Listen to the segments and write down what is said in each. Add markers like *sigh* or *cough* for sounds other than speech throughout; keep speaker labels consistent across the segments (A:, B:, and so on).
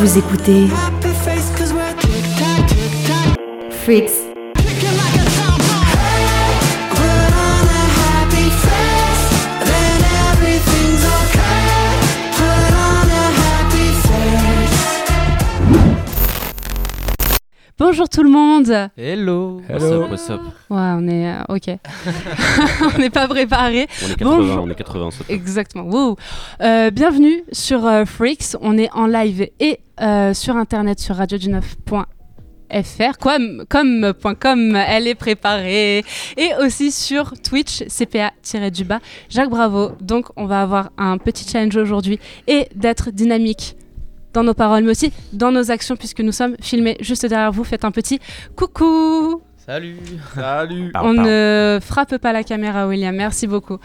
A: Vous écoutez Freaks Bonjour tout le monde.
B: Hello.
C: What's up, what's up
A: Ouais, on est euh, ok. *laughs* on n'est pas préparé.
C: On est 80,
A: Bonjour.
C: on est 80, ça.
A: Exactement. Wow. Euh, bienvenue sur euh, Freaks. On est en live et euh, sur internet sur radio comme, comme, point com, elle est préparée. Et aussi sur Twitch, CPA-du-bas, Jacques Bravo. Donc, on va avoir un petit challenge aujourd'hui et d'être dynamique dans nos paroles, mais aussi dans nos actions, puisque nous sommes filmés juste derrière vous. Faites un petit coucou!
B: Salut. Salut.
C: Pardon,
A: On
C: pardon.
A: ne frappe pas la caméra, William. Merci beaucoup.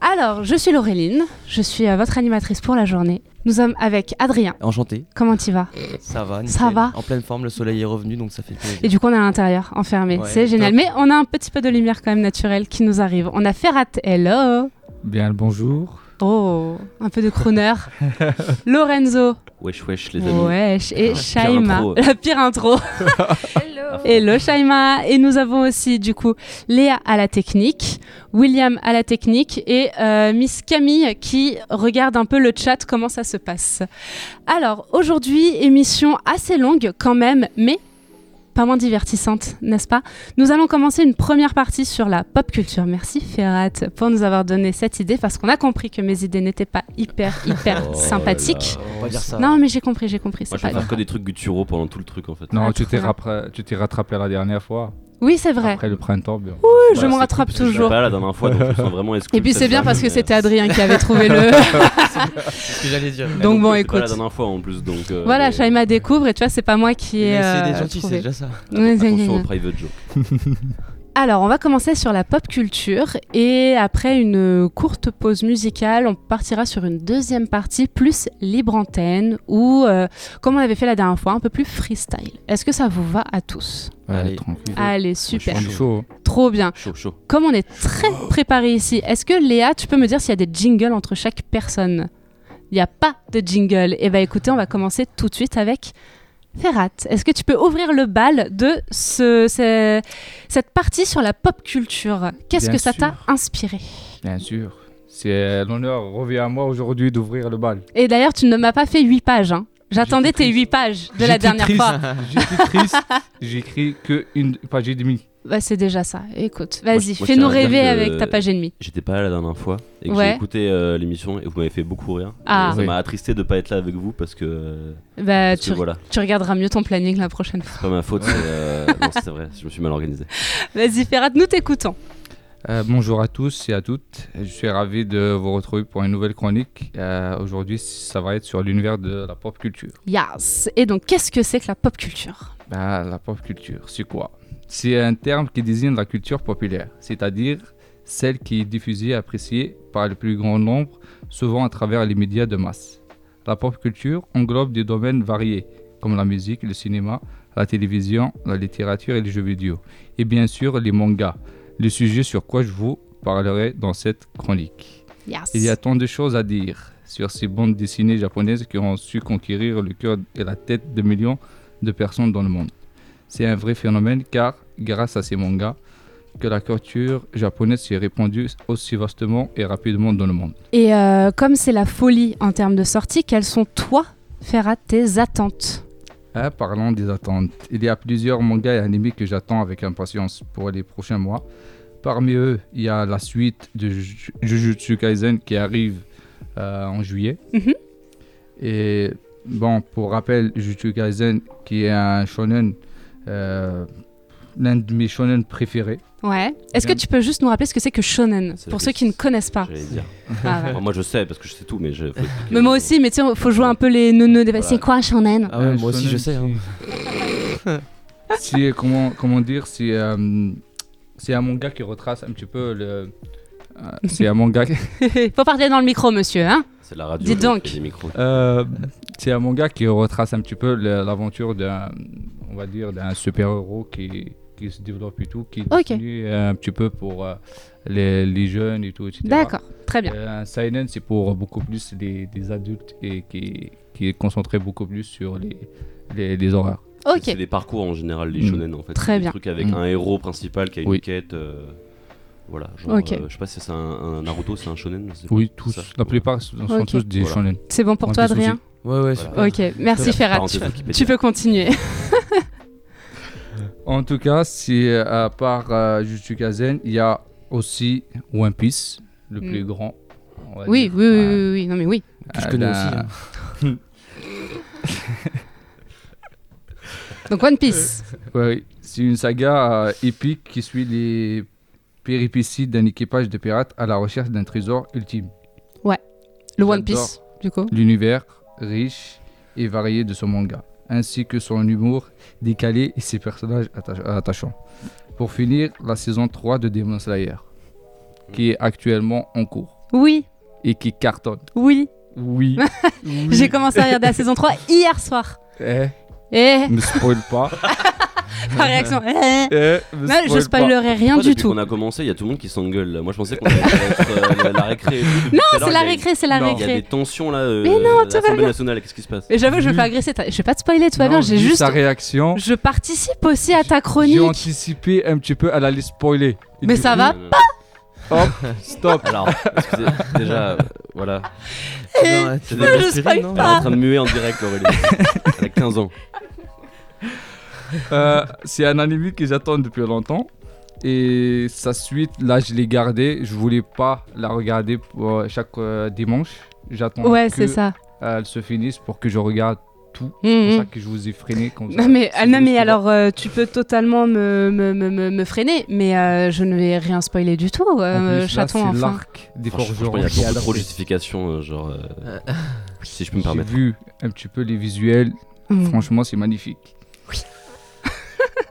A: Alors, je suis Laureline. Je suis euh, votre animatrice pour la journée. Nous sommes avec Adrien.
B: *laughs* Enchanté.
A: Comment tu vas
B: Ça va.
A: Ça
B: nickel.
A: va
B: En pleine forme, le soleil est revenu, donc ça fait plaisir.
A: Et du coup, on est à l'intérieur, enfermé.
B: Ouais,
A: C'est génial.
B: top.
A: Mais on a un petit peu de lumière quand même naturelle qui nous arrive. On a Ferrat. Hello.
D: Bien le bonjour.
A: Oh, un peu
B: *laughs*
A: de crooner. Lorenzo.
C: Wesh, wesh, les amis.
A: Wesh. Et Shaima.
C: intro.
A: La
C: *laughs*
A: pire intro.
E: Hello.
A: Hello Shaima et nous avons aussi du coup Léa à la technique, William à la technique et euh, Miss Camille qui regarde un peu le chat comment ça se passe. Alors aujourd'hui émission assez longue quand même mais pas moins divertissante, n'est-ce pas Nous allons commencer une première partie sur la pop culture. Merci Ferrat pour nous avoir donné cette idée parce qu'on a compris que mes idées n'étaient pas hyper hyper
C: Oh là
A: sympathiques.
C: là.
B: On va dire ça.
A: Non mais j'ai compris, j'ai compris.
C: Moi,
A: c'est
C: je vais
A: pas
C: faire
A: grave.
C: que des trucs gutturaux pendant tout le truc, en fait.
A: Ah,
D: Non, tu
A: trop
D: t'es
A: bien.
D: rattrapé, tu t'es rattrapé la dernière fois.
A: Oui c'est vrai.
D: Après le printemps. bien.
A: Ouh, je
C: Voilà,
A: me
C: c'est
A: rattrape
C: Je suis
A: toujours.
C: pas là la dernière fois, donc je me sens vraiment exclu.
A: Et puis
C: de
A: c'est
C: cette
A: bien
C: soirée,
A: parce que
C: mais- euh,
A: c'était Adrien qui avait trouvé le.
B: C'est ce que j'allais dire.
A: Donc bon,
C: C'est pas la
A: écoute.
C: dernière fois en plus, donc. euh,
A: *laughs* Voilà,
C: mais-
A: Shaima découvre et tu vois, c'est pas moi qui ai.
B: c'est
A: euh,
B: des gentils, c'est
A: trouvé.
B: déjà ça.
A: Ouais, c'est-
C: Attention au private joke.
A: Alors, on va commencer sur la pop culture et après une courte pause musicale, on partira sur une deuxième partie plus libre antenne ou euh, comme on avait fait la dernière fois, un peu plus freestyle. Est-ce que ça vous va à tous
D: Ouais,
B: Allez.
D: tranquille.
A: Allez,
D: On
A: super.
D: est chaud. hein.
A: Trop bien.
C: Chaud, chaud.
A: Comme on est très préparé ici, est-ce que Léa, tu peux me dire s'il y a des jingles entre chaque personne Il n'y a pas de jingle. Eh bien écoutez, on va commencer tout de suite avec Ferrat. Est-ce que tu peux ouvrir le bal de ce- ce- cette partie sur la pop culture Qu'est-ce
D: Bien
A: que ça t'a
D: sûr.
A: inspiré
D: Bien sûr. C'est l'honneur revient à moi aujourd'hui d'ouvrir le bal.
A: Et d'ailleurs, tu ne m'as pas fait 8 pages. hein. J'attendais
D: J'étais
A: tes
D: triste.
A: 8 pages de la
D: J'étais
A: dernière
D: triste.
A: fois.
D: *laughs* J'étais triste. J'écris que une page et demie.
A: Bah, c'est déjà ça. Écoute,
C: Moi,
A: vas-y,
C: je- moi, je
A: fais-nous
C: tiens à dire
A: rêver
C: que-
A: avec ta page et demie.
C: J'étais pas là la dernière fois et que
A: Ouais.
C: j'ai écouté euh, l'émission et vous m'avez fait beaucoup rire.
A: Ah.
C: Et ça
D: Oui.
C: m'a attristé de pas être là avec vous parce que. euh,
A: Bah,
C: parce
A: tu,
C: que voilà,
A: tu regarderas mieux ton planning la prochaine fois.
C: c'est pas ma faute. c'est,
A: *laughs*
C: euh, non, c'est vrai, je me suis mal organisé.
A: Vas-y, Ferrat, nous t'écoutons.
D: Euh, bonjour à tous et à toutes. Je suis ravi de vous retrouver pour une nouvelle chronique. Euh, aujourd'hui, ça va être sur l'univers de la pop culture.
A: Yes. Et donc, qu'est-ce que c'est que la pop culture
D: Bah, la pop culture, c'est quoi C'est un terme qui désigne la culture populaire, c'est-à-dire celle qui est diffusée et appréciée par le plus grand nombre, souvent à travers les médias de masse. La pop culture englobe des domaines variés, comme la musique, le cinéma, la télévision, la littérature et les jeux vidéo. Et bien sûr, les mangas, le sujet sur quoi je vous parlerai dans cette chronique.
A: Yes.
D: Il y a tant de choses à dire sur ces bandes dessinées japonaises qui ont su conquérir le cœur et la tête de millions de personnes dans le monde. C'est un vrai phénomène car, grâce à ces mangas, que la culture japonaise s'est répandue aussi vastement et rapidement dans le monde.
A: Et euh, comme c'est la folie en termes de sortie, quelles sont toi, Ferrat, tes attentes
D: Ah, parlant des attentes, il y a plusieurs mangas et animés que j'attends avec impatience pour les prochains mois. Parmi eux, il y a la suite de Ju- Jujutsu Kaisen qui arrive euh, en juillet.
A: Mhm.
D: Et bon, pour rappel, Jujutsu Kaisen qui est un shonen, euh, l'un de mes shonen préférés.
A: Ouais. Est-ce que
D: Bien.
A: tu peux juste nous rappeler ce que c'est que shonen
C: C'est
A: pour
C: la
A: ceux qui ne
C: question.
A: connaissent pas
C: J'allais dire.
A: Ah,
C: *laughs*
A: ouais.
C: Enfin, moi je sais parce que je sais tout, mais je. faut expliquer.
A: Mais moi aussi, mais tiens, faut jouer un peu les neuneux. des-
C: Voilà.
A: C'est quoi
C: *laughs*
A: un shonen
B: Ah ouais,
D: Un
B: moi aussi,
D: shonen
B: je sais. hein.
D: qui- *laughs* c'est- comment, comment dire, c'est euh, c'est un manga qui retrace un petit peu le. euh, c'est un manga qui-
A: Faut parler dans le micro, monsieur. Hein
C: C'est la radio.
A: Dis
C: je
A: donc.
C: fais des micros.
D: Euh, c'est un manga qui retrace un petit peu le- l'aventure d'un, on va dire, d'un super-héros qui, qui se développe et tout, qui
A: Ok.
D: continue un petit peu pour euh, les, les jeunes et tout, etc.
A: D'accord. Très bien.
D: Euh, un seinen, c'est pour beaucoup plus des, des adultes et qui, qui est concentré beaucoup plus sur les, les, les horreurs.
C: C'est
A: Ok.
C: des parcours en général, les
D: Mm.
C: shonen en fait.
A: Très
C: C'est
A: bien.
C: Des trucs avec
D: Mm.
C: un héros principal qui a une
D: Oui.
C: quête. euh, Voilà, genre,
A: Ok.
C: euh, je sais pas si c'est un, un Naruto, c'est un shonen. c'est
D: Oui,
C: pas
D: tous.
C: ça.
D: La
C: Voilà.
D: plupart sont sont
A: Ok.
D: tous des
C: Voilà.
D: shonen.
A: C'est bon pour
D: Un
A: toi,
D: petit souci.
A: Adrien
B: Ouais, ouais,
C: Voilà.
A: *laughs*
B: super.
A: Ok, merci
C: Voilà,
A: Ferrat. Tu,
C: parenthèse Wikipédia.
A: tu peux continuer.
D: En tout cas, si euh, à part euh, Jujutsu Kaisen, il y a aussi One Piece, le
A: Mm.
D: plus grand. on va
A: Oui, oui,
D: dire. euh,
A: oui,
D: Voilà.
A: oui, oui, non mais oui.
B: Que je
D: Ah,
B: connais
D: ben,
B: aussi. hein.
A: Donc One Piece.
D: Ouais, oui. c'est une saga euh, épique qui suit les péripéties d'un équipage de pirates à la recherche d'un trésor ultime.
A: Le One
D: j'adore.
A: Piece, du coup.
D: L'univers riche et varié de son manga, ainsi que son humour décalé et ses personnages atta- attachants. Pour finir, la saison 3 de Demon Slayer, qui est actuellement en cours
A: Oui,
D: et qui cartonne.
A: oui. *laughs*
D: Oui.
A: J'ai commencé à regarder la saison 3 hier soir.
D: Eh,
A: Et
D: me spoil pas.
A: *laughs* la réaction. eh.
D: Eh, me
A: *laughs* Non, je
D: spoil pas.
A: spoilerai rien
C: Pourquoi
A: du
C: depuis
A: tout.
C: qu'on a commencé, il y a tout le monde qui s'engueule. là Moi, je pensais qu'on allait être euh, la récré. Non,
A: C'est la récré, c'est la
D: Non.
C: Il y a des
A: récré.
C: tensions là. Euh,
A: Mais non,
C: à
A: tout va
C: l'Assemblée
A: bien.
C: nationale, qu'est-ce qui se passe
A: Mais j'avoue, je vais pas agresser. ta- Je vais pas te spoiler, tout va bien.
D: Non,
A: J'ai
D: vu
A: juste.
D: sa réaction.
A: Je participe aussi à ta
D: J'ai
A: chronique.
D: anticipé un petit peu à la spoiler. Et
A: Mais
D: du
A: ça
D: coup,
A: va
C: pas
D: Stop.
C: Euh, Alors, excusez,
D: *laughs*
C: déjà, euh, voilà.
A: Eh,
B: Non, c'est
A: non,
B: des
A: je
B: aspirines,
A: spoil
B: non
C: Elle est en train de muer en direct,
D: *laughs*
C: Aurélie. Elle a 15 ans.
D: Euh, c'est un anime que j'attends depuis longtemps. Et sa suite, là, je l'ai gardée. Je voulais pas la regarder pour chaque euh, dimanche. J'attends
A: Ouais,
D: que,
A: c'est ça.
D: euh, elle se finisse pour que je regarde. C'est
A: Mhm.
D: pour ça que je vous ai freiné. Comme ça.
A: Non mais,
D: Si
A: non,
D: vous
A: mais
D: voulez
A: alors euh, tu peux totalement me, me, me, me, me freiner, mais euh, je ne vais rien spoiler du tout,
D: En
A: euh,
D: plus, là,
A: chaton
D: c'est
A: enfin.
D: l'arc des
C: Franchement,
D: forgerons.
C: Il y
D: J'ai
C: a beaucoup trop de
D: adoré.
C: justifications, euh, genre. euh, Si je peux me
D: J'ai
C: permettre.
D: vu un petit peu les visuels.
A: Mm.
D: Franchement, c'est magnifique. *laughs*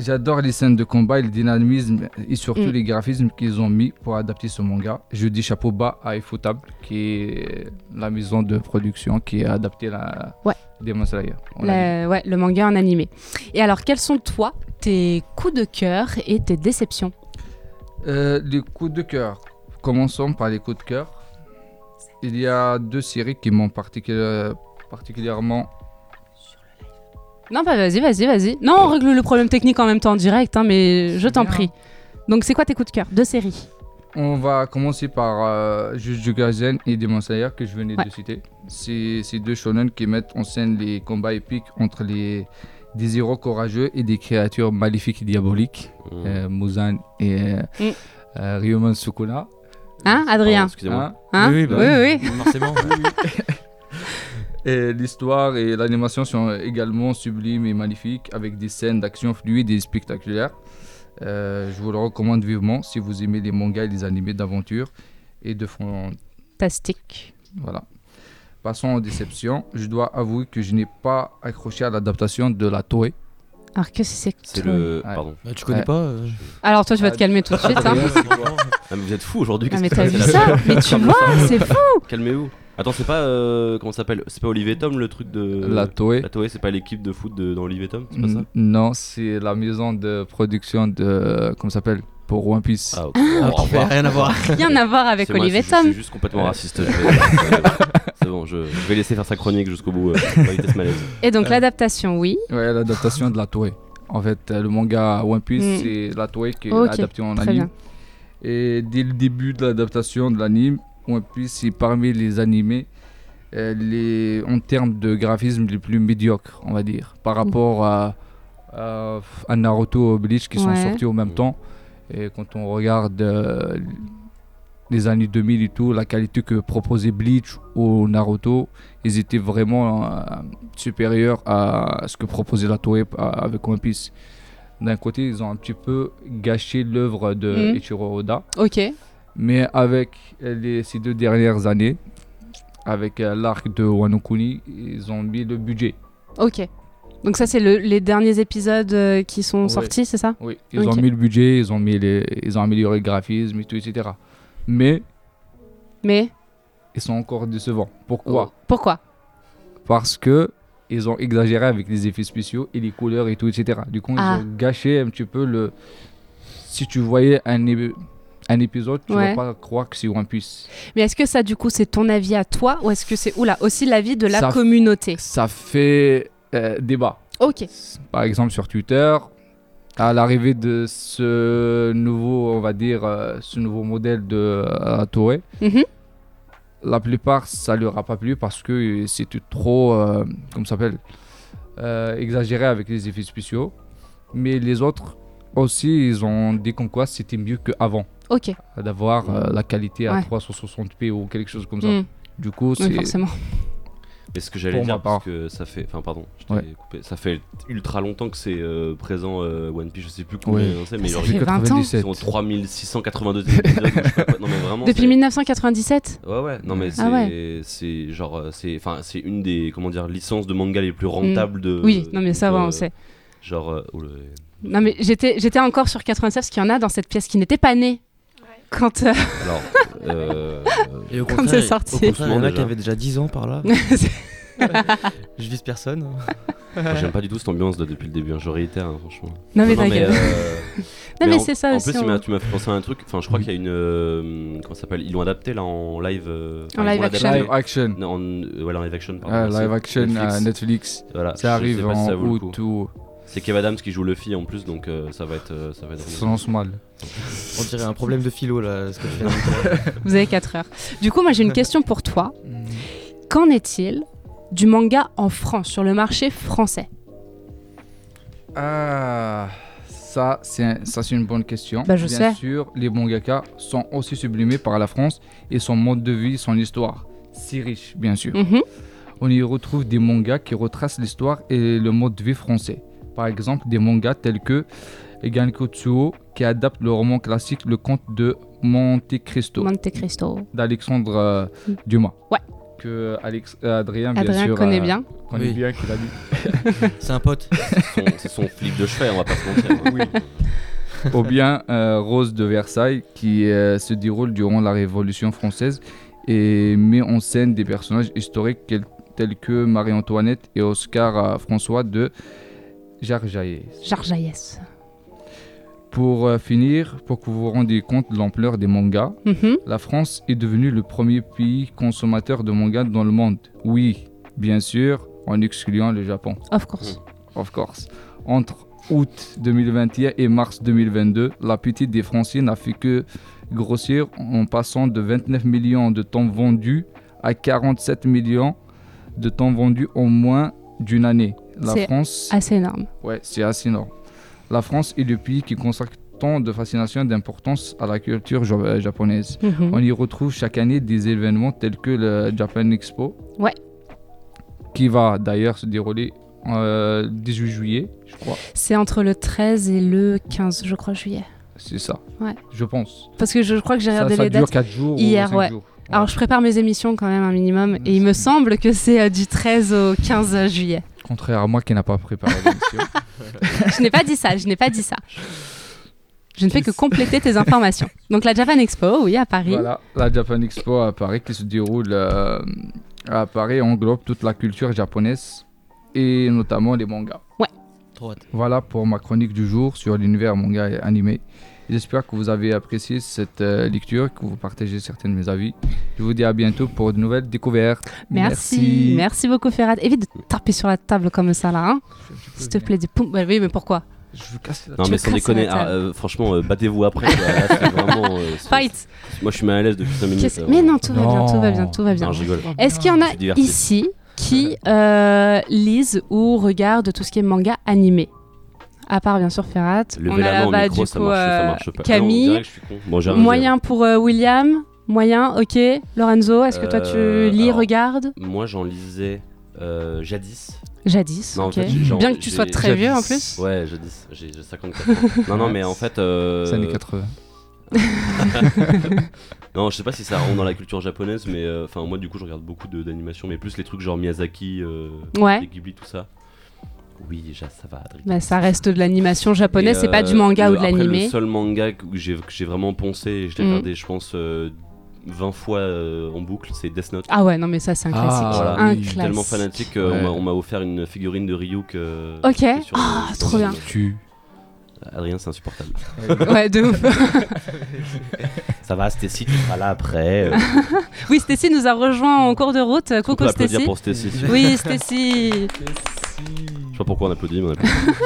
D: J'adore les scènes de combat et le dynamisme et surtout
A: Mm.
D: les graphismes qu'ils ont mis pour adapter ce manga. Je dis chapeau bas à Ifotable, qui est la maison de production qui a adapté la
A: Ouais.
D: Demon Slayer. On l'a dit.
A: La- ouais, le manga en animé. Et alors quels sont toi tes coups de cœur et tes déceptions
D: Euh, les coups de cœur. Commençons par les coups de cœur. Il y a deux séries qui m'ont particuli- particulièrement.
A: Non bah vas-y, vas-y, vas-y. Non, on règle le problème technique en même temps en direct, hein, mais je
D: C'est
A: t'en
D: bien.
A: prie. Donc c'est quoi tes coups de cœur Deux séries.
D: On va commencer par euh, Jujutsu Kaisen et Demon Slayer que je venais
A: Ouais.
D: de citer. C'est ces deux shonen qui mettent en scène les combats épiques entre les des héros courageux et des créatures maléfiques et diaboliques,
C: Mmh.
D: Euh, Muzan et euh,
A: Mm.
D: euh, Ryuman Sukuna.
A: Hein,
C: Pardon,
A: Adrien
C: Excusez-moi.
D: Hein
A: Hein
D: Oui, oui, bah
A: oui, oui.
B: *laughs* Forcément.
D: Et l'histoire et l'animation sont également sublimes et magnifiques, avec des scènes d'action fluides et spectaculaires. Euh, je vous le recommande vivement si vous aimez les mangas et les animés d'aventure et de fond
A: Fantastique.
D: Voilà. Passons aux déceptions. Je dois avouer que je n'ai pas accroché à l'adaptation de la Toei.
A: Alors que c'est que
C: C'est
A: toi
C: le.
D: Ouais.
C: Pardon.
B: Bah, tu connais
D: Ouais.
B: pas euh,
A: Alors toi tu vas te
D: Ah,
A: calmer tout de suite. hein.
C: Ah, mais vous êtes fous aujourd'hui.
A: Ah
C: qu'est-ce
A: mais
C: qui
A: t'as
C: se
A: vu
C: passe
A: ça
D: *laughs*
A: Mais tu vois, c'est fou
C: Calmez-vous. Attends, c'est pas. euh, Comment ça s'appelle C'est pas Olivier Tom le truc de.
D: la Toei.
C: La Mm. Toei, c'est pas l'équipe de foot de- dans Olivier Tom C'est pas ça
D: N- Non, c'est la maison de production de. euh, Comment ça s'appelle Pour One Piece.
C: Ah, ok. Au
B: Ah, ok,
C: revoir.
B: rien à voir.
A: Rien à voir *laughs* avec
C: C'est moi,
A: Olivier
C: c'est juste-
A: Tom.
C: Je suis juste complètement raciste. je *laughs* vais- euh, C'est bon, je, je vais laisser faire sa chronique jusqu'au bout. euh, pour éviter ce malaise.
A: Et
D: Ah.
A: donc l'adaptation, oui.
D: Ouais, l'adaptation de la Toei. En fait, euh, le manga One Piece,
A: Mm.
D: c'est la Toei qui
A: Ok,
D: l'a adapté en
A: très
D: anime.
A: bien.
D: Et dès le début de l'adaptation de l'anime, One Piece est parmi les animés euh, les, en termes de graphisme les plus médiocres, on va dire, par rapport à, à, à Naruto et Bleach qui sont
A: Ouais.
D: sortis au même
C: Mm.
D: temps. Et quand on regarde euh, les années 2000 et tout, la qualité que proposait Bleach ou Naruto, ils étaient vraiment euh, supérieurs à ce que proposait la Toei euh, avec One Piece. D'un côté, ils ont un petit peu gâché l'œuvre de
A: Mm.
D: Ichiro Oda,
A: Ok.
D: mais avec euh, les, ces deux dernières années, avec euh, l'arc de Wano Kuni, ils ont mis le budget.
A: Ok. Donc ça, c'est le- les derniers épisodes euh, qui sont
D: Ouais.
A: sortis, c'est ça
D: Oui, ils
A: Ok.
D: ont mis le budget, ils ont, mis les, ils ont amélioré le graphisme et tout, etc. Mais
A: Mais Oh.
D: ils sont encore décevants. Pourquoi
A: pourquoi
D: Parce que ils ont exagéré avec les effets spéciaux et les couleurs et tout, etc. Du coup,
A: Ah.
D: ils ont gâché un petit peu le. Si tu voyais un, é- un épisode, tu
A: Ouais.
D: vas pas croire que c'est One Piece.
A: Mais est-ce que ça, du coup, c'est ton avis à toi ou est-ce que c'est oula, aussi l'avis de la
D: Ça-
A: communauté
D: Ça fait euh, débat.
A: Ok.
D: Par exemple, sur Twitter, à l'arrivée de ce nouveau, on va dire, euh, ce nouveau modèle de euh, Toei,
A: Mhm.
D: la plupart, ça leur a pas plu parce que c'était trop, euh, comment ça s'appelle, euh, exagéré avec les effets spéciaux. Mais les autres aussi, ils ont dit comme quoi c'était mieux qu'avant
A: Ok.
D: d'avoir euh, la qualité à
A: Ouais.
D: 360p ou quelque chose comme ça.
A: Mm.
D: Du coup,
A: Oui,
D: c'est
A: forcément.
C: Mais ce que j'allais
D: Pour
C: dire,
D: ma part.
C: parce que ça fait. Enfin, pardon, je t'ai
D: Ouais.
C: coupé. Ça fait ultra longtemps que c'est euh, présent euh, One Piece, je sais plus
D: Ouais.
C: combien on sait, mais
A: Ça
C: genre,
A: fait
C: ils
A: que 20 ans.
D: 97.
C: sont 3682 épisodes. ou je sais pas quoi. Non, mais vraiment.
A: Depuis
C: c'est-
A: 1997
C: Ouais, ouais, non, mais c'est.
A: Ah
C: C'est genre. euh, c'est- Enfin, c'est une des. Comment dire Licences de manga les plus rentables de.
A: Mm. Oui, non mais ça
C: donc,
A: va,
C: euh,
A: on sait.
C: Genre. euh, oh le-
A: Non mais j'étais j'étais encore sur 96 parce qu'il y en a dans cette pièce qui n'était pas née. Quand euh, *laughs*
C: Alors. euh,
B: Et au
A: Quand
B: contraire,
A: c'est
B: il-
A: sorti.
B: Au contraire, il y en a qui
C: Déjà.
B: avaient déjà 10 ans par là. Je vise personne. *laughs*
C: J'aime pas du tout cette ambiance là, depuis le début, hein, je réitère, hein, franchement.
A: non mais
C: Non, non, mais,
A: t'inquiète.
C: euh,
A: Non mais
C: en-
A: c'est ça
C: en
A: aussi.
C: plus, il
A: on- Mm.
C: m'a- tu m'as fait penser à un truc. Enfin, je crois qu'il y a une. euh, comment ça s'appelle Ils l'ont adapté là en live. euh, enfin,
A: En
C: ils
A: live
C: vont
A: action.
C: l'adapter.
D: Live action.
C: Non, en, euh, ouais, en live action, pardon.
D: Ah,
C: C'est
D: live action
C: Netflix.
D: à Netflix.
C: Voilà,
D: Ça
C: je sais
D: arrive
C: pas si
D: en
C: ça vaut le coup.
D: août ou
C: C'est Kev Adams qui joue Luffy en plus, donc euh, ça va être. euh, ça va être
D: ça lance mal.
B: On dirait un problème de philo là, ce que tu fais. *laughs*
A: Vous avez 4 heures. Du coup, moi j'ai une question pour toi. Qu'en est-il du manga en France, sur le marché français
D: Ah, ça c'est un- ça c'est une bonne question.
A: Bah, je
D: Bien
A: sais.
D: sûr, les mangaka sont aussi sublimés par la France et son mode de vie, son histoire. Si riche, bien sûr.
A: Mhm.
D: On y retrouve des mangas qui retracent l'histoire et le mode de vie français. Par exemple, des mangas tels que Eganko Tsuo qui adapte le roman classique Le Comte de Monte Cristo.
A: Monte Cristo.
D: d'Alexandre euh, Dumas.
A: Mm. Ouais.
D: Que Alex, euh, Adrien, bien
A: Adrien
D: sûr,
A: connaît
D: euh,
A: bien.
D: connaît
B: Oui.
D: bien qu'il a lu.
B: C'est un pote.
C: son- C'est son flip de chevet, on va pas se mentir. hein.
D: Ou bien euh, Rose de Versailles, qui euh, se déroule durant la Révolution française et met en scène des personnages historiques quel- tels que Marie-Antoinette et Oscar euh, François de Jarjaillès.
A: Jarjaïès.
D: Pour euh, finir, pour que vous vous rendiez compte de l'ampleur des mangas,
A: Mhm.
D: La France est devenue le premier pays consommateur de manga dans le monde. Oui, bien sûr, en excluant le Japon,
A: Of course.
D: of course. Entre août 2021 et mars 2022, l'appétit des Français n'a fait que grossir en passant de 29 millions de temps vendus à 47 millions de temps vendus en moins d'une année. La
A: C'est
D: France,
A: Assez énorme.
D: ouais, c'est assez énorme. La France est le pays qui consacre tant de fascination et d'importance à la culture ja- euh, japonaise.
A: Mhm.
D: On y retrouve chaque année des événements tels que le Japan Expo.
A: Ouais.
D: Qui va d'ailleurs se dérouler euh, le 18 juillet, je crois.
A: C'est entre le 13 et le 15, je crois, juillet.
D: C'est ça.
A: Ouais.
D: Je pense.
A: Parce que je, je crois que j'ai
D: Ça,
A: regardé
D: ça
A: les
D: dure
A: dates.
D: 4 jours
A: hier,
D: ou 5
A: ouais.
D: jours.
A: Alors, je prépare mes émissions quand même un minimum et il
D: c'est
A: me
D: bien.
A: semble que c'est euh, du 13 au 15 juillet.
D: Contraire à moi qui n'a pas préparé l'émission.
A: je n'ai pas dit ça, je n'ai pas dit ça. Je ne fais que compléter tes informations. Donc, la Japan Expo, *laughs* oui, à Paris.
D: voilà, la Japan Expo à Paris qui se déroule euh, à Paris englobe toute la culture japonaise et notamment les mangas.
B: Trop hâte.
D: Voilà pour ma chronique du jour sur l'univers manga et animé. J'espère que vous avez apprécié cette euh, lecture, que vous partagez certains de mes avis. Je vous dis à bientôt pour de nouvelles découvertes.
A: Merci. Merci beaucoup, Ferrat. Évite de taper sur la table comme ça, là. hein. S'il te plaît, dis poum. Bah oui, mais pourquoi
D: Je vous casse la
C: Non,
A: Tu
C: mais
A: me
C: sans
A: crasses
C: déconner,
A: la table.
C: ah, euh, franchement, euh, battez-vous après. quoi. Là,
A: *laughs*
C: c'est vraiment, euh, c'est-
A: Fight
C: Moi, je suis mal à l'aise depuis 5 minutes.
A: Qu'est-ce-
C: là,
A: Mais
C: vraiment.
A: non, tout va bien, tout va bien, tout va bien.
C: Non, je rigole.
A: Est-ce qu'il y en
C: Je
A: a
C: suis diverti.
A: ici qui euh, lisent ou regardent tout ce qui est manga animé À part bien sûr Ferrat,
C: Levez la main au
A: là-bas,
C: micro, ça marche, ça
A: euh,
C: marche pas. Ah Non,
A: Camille.
C: on dirait que je suis con. Bon, j'ai rien dit, là.
A: moyen pour euh, William, moyen, ok. Lorenzo, est-ce que toi tu
C: Euh,
A: lis,
C: alors-
A: regardes
C: Moi, j'en lisais euh, jadis.
A: Jadis,
C: Non, en
A: ok.
C: fait, j'ai- genre,
A: bien que tu sois
C: j'ai-
A: très vieux en plus.
C: Ouais, jadis. J'ai j'ai 54
A: *laughs*
C: ans. Non, non, mais en fait. euh,
D: années 80.
C: non, je sais pas si ça rentre dans la culture japonaise, mais euh, enfin, moi, du coup, je regarde beaucoup de- d'animations, mais plus les trucs genre Miyazaki, euh,
A: Ouais.
C: les Ghibli, tout ça. Oui, déjà, ça va, Adrien.
A: Bah, ça reste de l'animation japonaise,
C: Et,
A: c'est pas
C: euh,
A: du manga
C: le-
A: ou de
C: après,
A: l'animé.
C: Le seul manga que j'ai que j'ai vraiment poncé, et je l'ai
A: Mm.
C: regardé, je pense, euh, 20 fois euh, en boucle, c'est Death Note.
A: Ah ouais, non mais ça c'est un
D: Ah,
A: classique.
C: voilà.
A: un
D: Oui,
A: classique.
C: tellement fanatique qu'on
D: Ouais.
C: m'a- on m'a offert une figurine de Ryuk. euh,
A: Ok.
C: qui est sur-
A: Ah,
C: sur-
A: trop bien.
D: Tu.
C: Adrien, c'est insupportable.
A: *laughs*
D: Hum.
A: Ouais, de ouf.
C: Ça va, Stacy, tu seras là
A: *laughs*
C: après. euh,
A: Oui, Stacy nous a rejoint en cours de route.
C: on peut
A: Coucou
C: applaudir
A: Stacy.
C: pour Stacy. si- *laughs*
A: Oui, Stacy.
C: Je sais pas pourquoi on applaudit, mais on applaudit.
A: *laughs*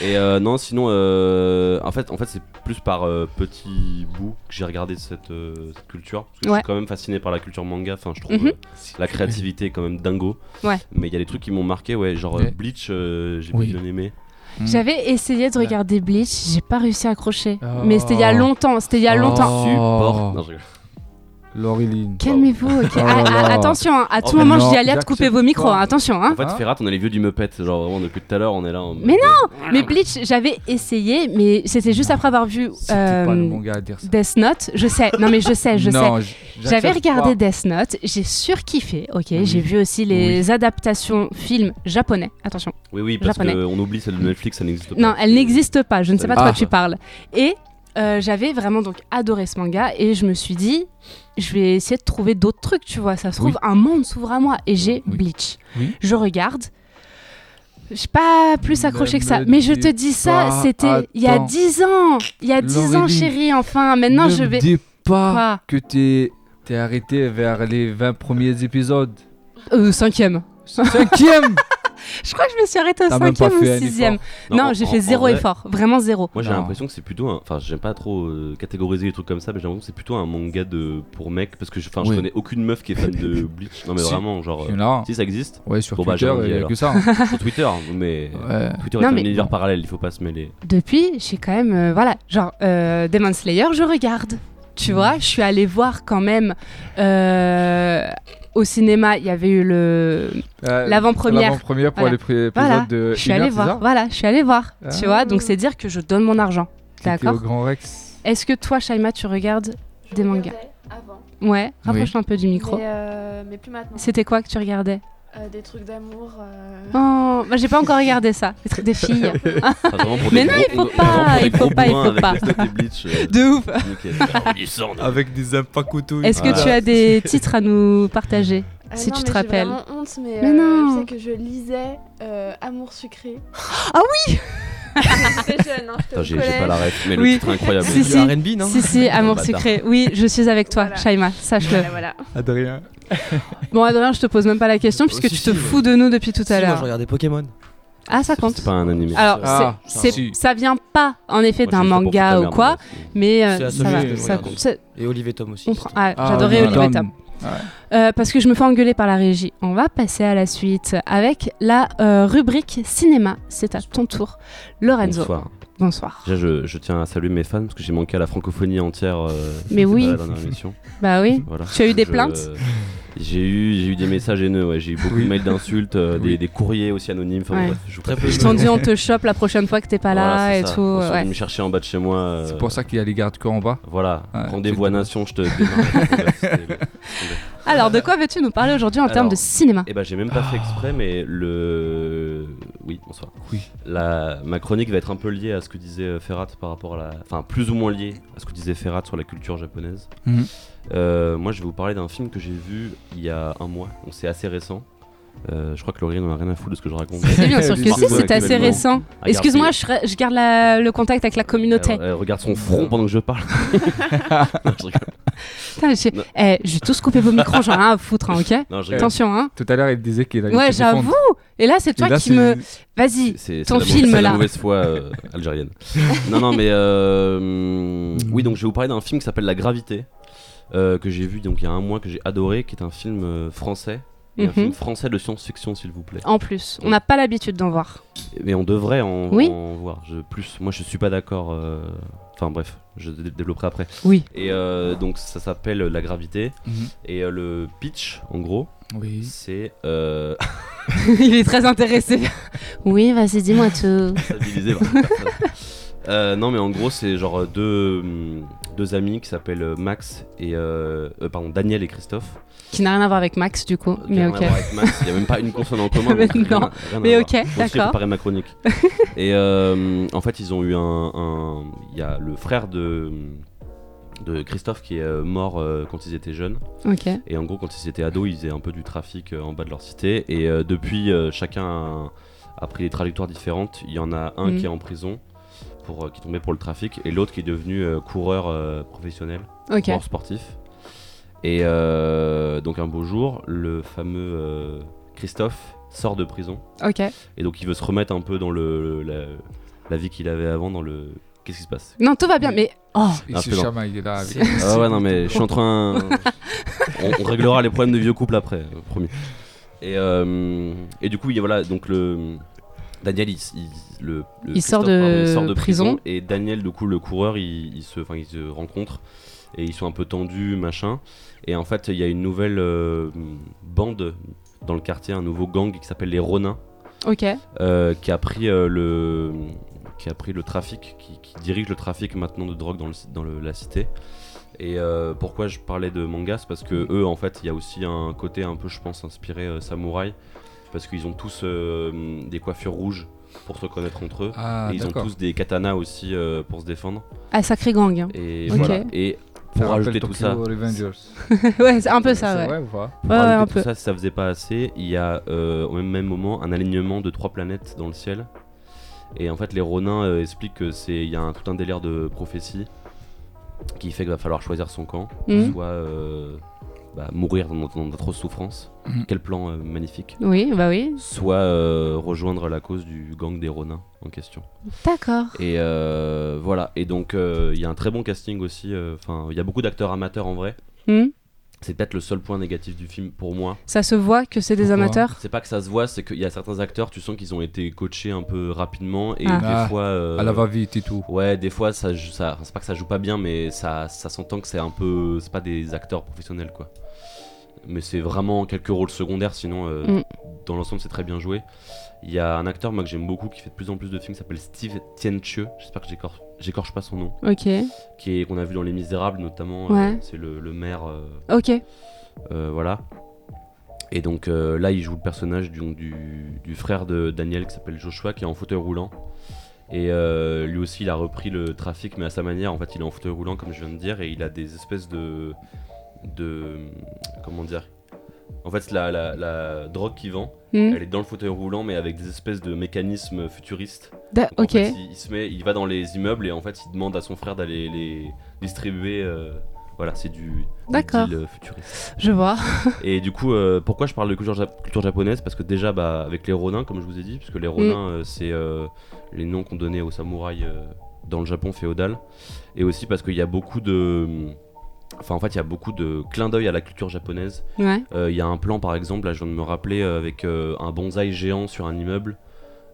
C: Et euh, non, sinon, euh, en fait, en fait c'est plus par euh, petits bouts que j'ai regardé cette, euh, cette culture. Parce que je
A: Ouais.
C: suis quand même fasciné par la culture manga. Enfin, je trouve
A: Mhm.
C: euh, la créativité est quand même dingo.
A: Ouais.
C: Mais il y a des trucs qui m'ont marqué, ouais. Genre euh,
D: Ouais.
C: Bleach, euh, j'ai
B: Oui.
C: bien aimé.
A: J'avais essayé de
D: Ouais.
A: regarder Bleach, j'ai pas réussi à accrocher.
D: Oh.
A: Mais c'était il y a longtemps, c'était il y a
D: Oh.
A: longtemps.
C: Support. Non, je rigole.
D: Laureline.
A: Calmez-vous, ok.
D: Oh là
A: Ah, ah,
D: là.
A: attention, hein, à
C: Oh,
A: tout
C: mais
A: moment,
D: non,
A: je dis alerte,
D: Jack,
A: coupez
D: c'est
A: vos micros,
D: quoi
A: hein, attention. Hein.
C: En fait,
D: Hein
C: Ferrat, on est les vieux du Muppet. Genre, vraiment, depuis tout à l'heure, on est là. en mode- euh,
A: Mais Mais Bleach, j'avais essayé, mais c'était juste après avoir vu
D: C'était
A: euh,
D: pas le bon gars à dire ça.
A: Death Note. Je sais, non mais je sais, je sais.
D: Non, j-
A: J'avais
D: j'accepte
A: regardé
D: pas.
A: Death Note, j'ai surkiffé, ok.
D: Oui.
A: J'ai vu aussi les adaptations films japonais. Attention,
C: Oui, oui, parce
A: Japonais.
C: qu'on oublie celle de Netflix, ça n'existe pas.
A: non, elle n'existe pas. Je ne sais pas de quoi
D: Ah.
A: tu parles. Et euh, j'avais vraiment donc adoré ce manga et je me suis dit, je vais essayer de trouver d'autres trucs, tu vois. Ça se trouve, un monde s'ouvre à moi et j'ai
D: Oui.
A: Bleach.
D: Oui.
A: Je regarde. Je suis pas plus
D: Ne
A: accroché que ça.
D: me
A: Mais je
D: dis
A: te dis ça,
D: pas,
A: c'était il y a
D: attends.
A: 10 ans. Il y a 10 ans,
D: Laureline,
A: chérie, enfin. Maintenant,
D: ne
A: je
D: me
A: vais.
D: dis pas
A: Quoi
D: que t'es t'es arrêté vers les 20 premiers épisodes.
A: Euh, cinquième. *laughs*
D: Cinquième
A: Je crois que je me suis arrêtée au
D: T'as même pas
A: cinquième ou
D: fait un
A: sixième.
D: effort.
A: Non,
C: en-
A: j'ai
C: en-
A: fait
C: en
A: zéro
C: vrai,
A: effort, vraiment zéro.
C: Moi j'ai
D: Non.
C: l'impression que c'est plutôt un. Enfin, j'aime pas trop euh, catégoriser les trucs comme ça, mais j'ai l'impression que c'est plutôt un manga de... pour mecs. Parce que je, enfin, je
D: Oui.
C: connais aucune meuf qui est fan
D: *laughs*
C: de Bleach. Non, mais
D: Si.
C: vraiment, genre.
D: Il y
C: euh,
D: en a un.
C: si ça existe,
D: Ouais, sur
C: Bon, bah,
D: Twitter,
C: j'ai envie,
D: il y a
C: alors.
D: que ça. hein.
C: sur Twitter, mais.
D: *laughs* Ouais.
C: Twitter
A: Non,
C: est un
A: mais-
C: univers parallèle, il faut pas se mêler.
A: Depuis, j'ai quand même, euh, voilà, genre euh, Demon Slayer, je regarde. Tu vois, je suis allée voir quand même euh, au cinéma, il y avait eu le
D: Euh,
A: L'avant-première.
D: L'avant-première pour
A: Voilà.
D: les pré- épisodes
A: Voilà.
D: de.
A: je suis
D: une heure,
A: allée
D: Euh, c'est
A: voir,
D: ça
A: voilà, je suis allée voir. Tu
D: Ah.
A: vois, donc c'est dire que je donne mon argent.
D: C'était
A: D'accord.
D: au Grand Rex.
A: Est-ce que toi, Shaima, tu regardes
E: Je
A: Des mangas.
E: regardais Avant.
A: Ouais, rapproche un peu du micro.
E: Mais, euh, mais plus maintenant.
A: C'était quoi que tu regardais
E: Euh, des trucs d'amour. euh,
A: Oh, bah, j'ai pas encore regardé ça. Des trucs des filles. *laughs*
C: Enfin, vraiment pour
A: Mais
C: des
A: non,
C: gros-
A: il faut
C: vraiment
A: pas,
C: pour des
A: il faut
C: gros
A: pas, il
C: bourrins
A: faut
C: avec
A: pas.
C: Death Note et Bleach,
A: *laughs*
C: euh,
A: De ouf.
C: nickel. Il sort de-
B: Avec des impacts couteaux.
A: Est-ce que
C: Voilà.
A: tu as des titres à nous partager
E: euh,
A: Si
E: non,
A: tu
E: mais
A: te
E: j'ai
A: rappelles.
E: vraiment honte, mais,
A: Mais
E: euh,
A: non.
E: je sais que je lisais euh, Amour sucré.
A: Ah
E: oui *laughs* J'étais jeune, hein, j'étais
C: Putain,
E: au
C: J'ai j'ai
E: collège.
C: pas la ref, mais le
A: Oui.
C: titre est incroyable.
A: Si, si.
B: du RB, non
A: Si, si, amour
C: bâtard.
A: sucré. Oui, je suis avec toi,
E: Voilà.
A: Shaima, sache-le.
E: Voilà, voilà.
B: Adrien.
D: Ah,
A: Bon, Adrien, je te pose même pas la question puisque
B: Oh,
A: tu
B: si,
A: te
B: si,
A: fous de nous depuis tout à
B: Si, moi, je
A: l'heure.
B: regardais Pokémon.
A: Ah, ça
C: C'est-
A: compte.
C: C'est pas un animé.
A: Alors,
D: Ah,
A: c'est- c'est-
D: si.
A: ça vient pas
C: Moi,
A: en effet d'un
C: j'ai fait pour ta
A: manga ou
C: mère,
A: quoi,
C: mais-
A: mais euh,
B: C'est la
A: ça
B: seule
A: va.
B: chose que je
A: ça
B: regarde.
A: compte. C'est-
B: Et Olive et Tom aussi.
A: on prend- Ah,
D: Ah,
A: j'adorais
D: oui,
A: Olivier
D: Tom.
A: Tom. Euh, parce que je me fais engueuler par la régie. On va passer à la suite avec la euh, rubrique cinéma. C'est à ton tour, Lorenzo.
C: Bonsoir.
A: Bonsoir.
C: Déjà, je, je tiens à saluer mes fans parce que j'ai manqué à la francophonie entière. euh,
A: Mais oui.
C: à la dernière émission.
A: Bah oui.
C: Voilà.
A: Tu as eu des
C: Je-
A: plaintes
C: J'ai eu, j'ai eu des messages haineux, ouais. j'ai eu beaucoup de
D: Oui.
C: mails d'insultes, euh, des,
D: Oui.
C: des courriers aussi anonymes. Enfin, bon,
A: Ouais.
C: bref, je vous
B: Très peu.
A: Ils t'ont dit on te chope la prochaine fois que t'es pas là
C: Voilà, c'est
A: et
C: ça.
A: tout.
C: On
A: ouais.
C: me chercher en bas de chez moi. euh,
D: C'est pour ça qu'il y a les gardes corps en bas.
C: Voilà,
D: Ouais,
C: rendez-vous
D: tu-
C: à Nation, je te
D: *laughs*
C: démarre.
A: Alors, de quoi veux-tu nous parler aujourd'hui en
C: Alors,
A: termes de cinéma
C: Eh ben, j'ai même pas fait exprès, mais le. Oui, bonsoir.
D: Ah. Oui.
C: La... Ma chronique va être un peu liée à ce que disait euh, Ferrat par rapport à la. Enfin, plus ou moins liée à ce que disait Ferrat sur la culture japonaise.
D: Mhm.
C: Euh, moi, je vais vous parler d'un film que j'ai vu il y a un mois, donc c'est assez récent. Euh, je crois que Laurine n'en a rien à foutre de ce que je raconte.
A: C'est bien sûr que si,
C: Excuse-moi,
A: c'est assez
C: actuellement.
A: récent.
C: Regarde,
A: *laughs* Excuse-moi,
C: c'est-
A: je, re- je garde la- le contact avec la communauté.
C: Elle- elle regarde son front pendant que je
D: *laughs*
C: parle. non, je rigole.
A: Putain, j'ai-
C: Non.
A: eh, je vais tous couper vos micros, j'en ai rien à foutre, hein, ok
C: Non, je rigole.
A: Attention, hein
D: Tout à l'heure, il disait qu'il allait
A: Ouais,
D: te défendre.
A: j'avoue Et là, c'est
D: Et
A: toi
D: là,
A: qui
D: c'est-
A: me. Vas-y
C: C'est c'est
A: Ton
C: la,
A: film,
C: c'est la
A: là.
C: mauvaise foi euh,
A: *laughs*
C: algérienne. non, non, mais euh, oui, donc je vais vous parler d'un film qui s'appelle La Gravité, euh, que j'ai vu donc il y a un mois, que j'ai adoré, qui est un film euh, français. Et Un
A: Mhm.
C: film français de science-fiction, s'il vous plaît.
A: En plus, on n'a pas l'habitude d'en voir.
C: Mais on devrait en,
A: Oui.
C: en voir. Je, plus, moi, je suis pas d'accord. euh, Enfin, bref, je dé- développerai après.
A: Oui. *laughs*
C: Et euh, donc, ça s'appelle La Gravité.
D: Mhm.
C: Et euh, le pitch, en gros,
D: Oui.
C: c'est euh,
A: Il est très intéressé. oui, vas-y, dis-moi tout.
C: stabilisé par cette
A: *laughs*
C: personne. Euh, non mais en gros c'est genre euh, deux, hum, deux amis qui s'appellent euh, Max et euh, euh, pardon Daniel et Christophe.
A: Qui n'a rien à voir avec Max, du coup,
C: Qui a
A: mais
C: rien
A: ok.
C: à voir avec Max, il n'y a même pas une consonne en
A: *laughs*
C: commun.
A: Mais
C: donc rien à-
A: non,
C: rien à
A: mais
C: voir.
A: ok,
C: Moi aussi, j'ai
A: d'accord.
C: préparé ma
A: *laughs*
C: chronique. et euh, en fait ils ont eu un, un- il y a le frère de de Christophe qui est euh, mort euh, quand ils étaient jeunes.
A: Ok.
C: Et en gros, quand ils étaient ados, ils faisaient un peu du trafic euh, en bas de leur cité. Et euh, depuis, euh, chacun a, a pris des trajectoires différentes. Il y en a un
A: Mhm.
C: qui est en prison, pour, euh, qui tombait pour le trafic, et l'autre qui est devenu euh, coureur euh, professionnel,
A: Ok.
C: coureur sportif. Et euh, donc un beau jour, le fameux euh, Christophe sort de prison,
A: Ok.
C: et donc il veut se remettre un peu dans le, la, la vie qu'il avait avant, dans le... Qu'est-ce qui se passe
A: Non, tout va bien, mais. Oh
D: Il
C: Ah,
D: se
C: pardon.
D: chamaille là. avec-
C: Ah ouais, non, mais je suis en train. on, on réglera les problèmes de vieux couple après, euh, promis. Et, euh, et du coup, il, voilà, donc le. Daniel, il, s- il- le, le
A: Il sort
C: Christophe,
A: de
C: pardon, il sort de prison.
A: prison.
C: Et Daniel, du coup, le coureur, il, il se, enfin, ils se rencontrent. Et ils sont un peu tendus, machin. Et en fait, il y a une nouvelle euh, bande dans le quartier, un nouveau gang qui s'appelle les Ronins
A: Oh, Ok.
C: euh, qui a pris euh, le qui a pris le trafic, qui, qui dirige le trafic maintenant de drogue dans, le, dans le- la cité. Et euh, pourquoi je parlais de manga, c'est parce que eux, en fait, il y a aussi un côté un peu, je pense, inspiré euh, samouraï, parce qu'ils ont tous euh, des coiffures rouges pour se connaître entre eux.
D: Ah,
C: et ils ont
D: d'accord.
C: tous des katanas aussi euh, pour se défendre.
A: Ah, sacré gang.
C: *laughs*
A: hein.
C: Et
A: Ok.
C: voilà. Et pour
D: Ça rappelle
C: rajouter tout
D: Tokyo euh,
C: ça,
D: Revengers.
A: ouais, c'est un peu
D: C'est
A: ça, ouais.
D: vrai ou pas
C: pour
A: Ouais, ouais,
C: rajouter
A: un
C: tout
A: peu.
C: Ah, ça, si ça faisait pas assez, il y a euh, au même, même moment un alignement de trois planètes dans le ciel. Et en fait, les Ronins euh, expliquent que c'est il y a un, tout un délire de prophétie qui fait qu'il va falloir choisir son camp,
A: Mhm.
C: soit euh, bah, mourir dans, dans d'atroces souffrances.
D: Mhm.
C: Quel plan euh, magnifique.
A: Oui, bah oui.
C: Soit euh, rejoindre la cause du gang des Ronins en question.
A: D'accord.
C: Et euh, voilà. Et donc, euh, il y a un très bon casting aussi. euh, Enfin, il y a beaucoup d'acteurs amateurs en vrai.
A: Hmm.
C: C'est peut-être le seul point négatif du film pour moi.
A: Ça se voit que c'est des
D: Pourquoi
A: amateurs.
C: C'est pas que ça se voit, c'est qu'il y a certains acteurs, tu sens qu'ils ont été coachés un peu rapidement et
A: Ah.
C: des
D: Ah,
C: fois. euh,
D: À la va-vite et tout.
C: Ouais, des fois, ça, joue- ça, c'est pas que ça joue pas bien, mais ça, ça s'entend que c'est un peu. C'est pas des acteurs professionnels, quoi. Mais c'est vraiment quelques rôles secondaires, sinon, euh,
A: Mm.
C: dans l'ensemble, c'est très bien joué. Il y a un acteur, moi, que j'aime beaucoup, qui fait de plus en plus de films, qui s'appelle Steve Tiencheu. J'espère que j'écorche- j'écorche pas son nom.
A: Ok.
C: Qui est, qu'on a vu dans Les Misérables, notamment. euh,
A: Ouais.
C: c'est le, le maire. euh,
A: Ok.
C: euh, voilà. Et donc euh, là, il joue le personnage du, du, du frère de Daniel qui s'appelle Joshua, qui est en fauteuil roulant. Et euh, lui aussi, il a repris le trafic, mais à sa manière. En fait, il est en fauteuil roulant, comme je viens de dire, et il a des espèces de. de comment dire En fait, la, la, la drogue qu'il vend,
A: Hmm.
C: elle est dans le fauteuil roulant, mais avec des espèces de mécanismes futuristes.
A: Da-
C: Donc, en
A: ok.
C: fait, il, il se met, il va dans les immeubles et en fait, il demande à son frère d'aller les distribuer. euh, voilà, c'est du, du
A: D'accord.
C: deal, euh, futuriste.
A: Je vois.
C: Et du coup, euh, pourquoi je parle de culture, jap- culture japonaise Parce que déjà, bah, avec les Ronin, comme je vous ai dit, puisque les
A: Mm.
C: Ronin, euh, c'est euh, les noms qu'on donnait aux samouraïs euh, dans le Japon féodal. Et aussi parce qu'il y a beaucoup de. mm, Enfin, en fait, il y a beaucoup de clins d'œil à la culture japonaise.
A: Ouais.
C: Euh, Il y a un plan, par exemple, là, je viens de me rappeler, euh, avec euh, un bonsaï géant sur un immeuble.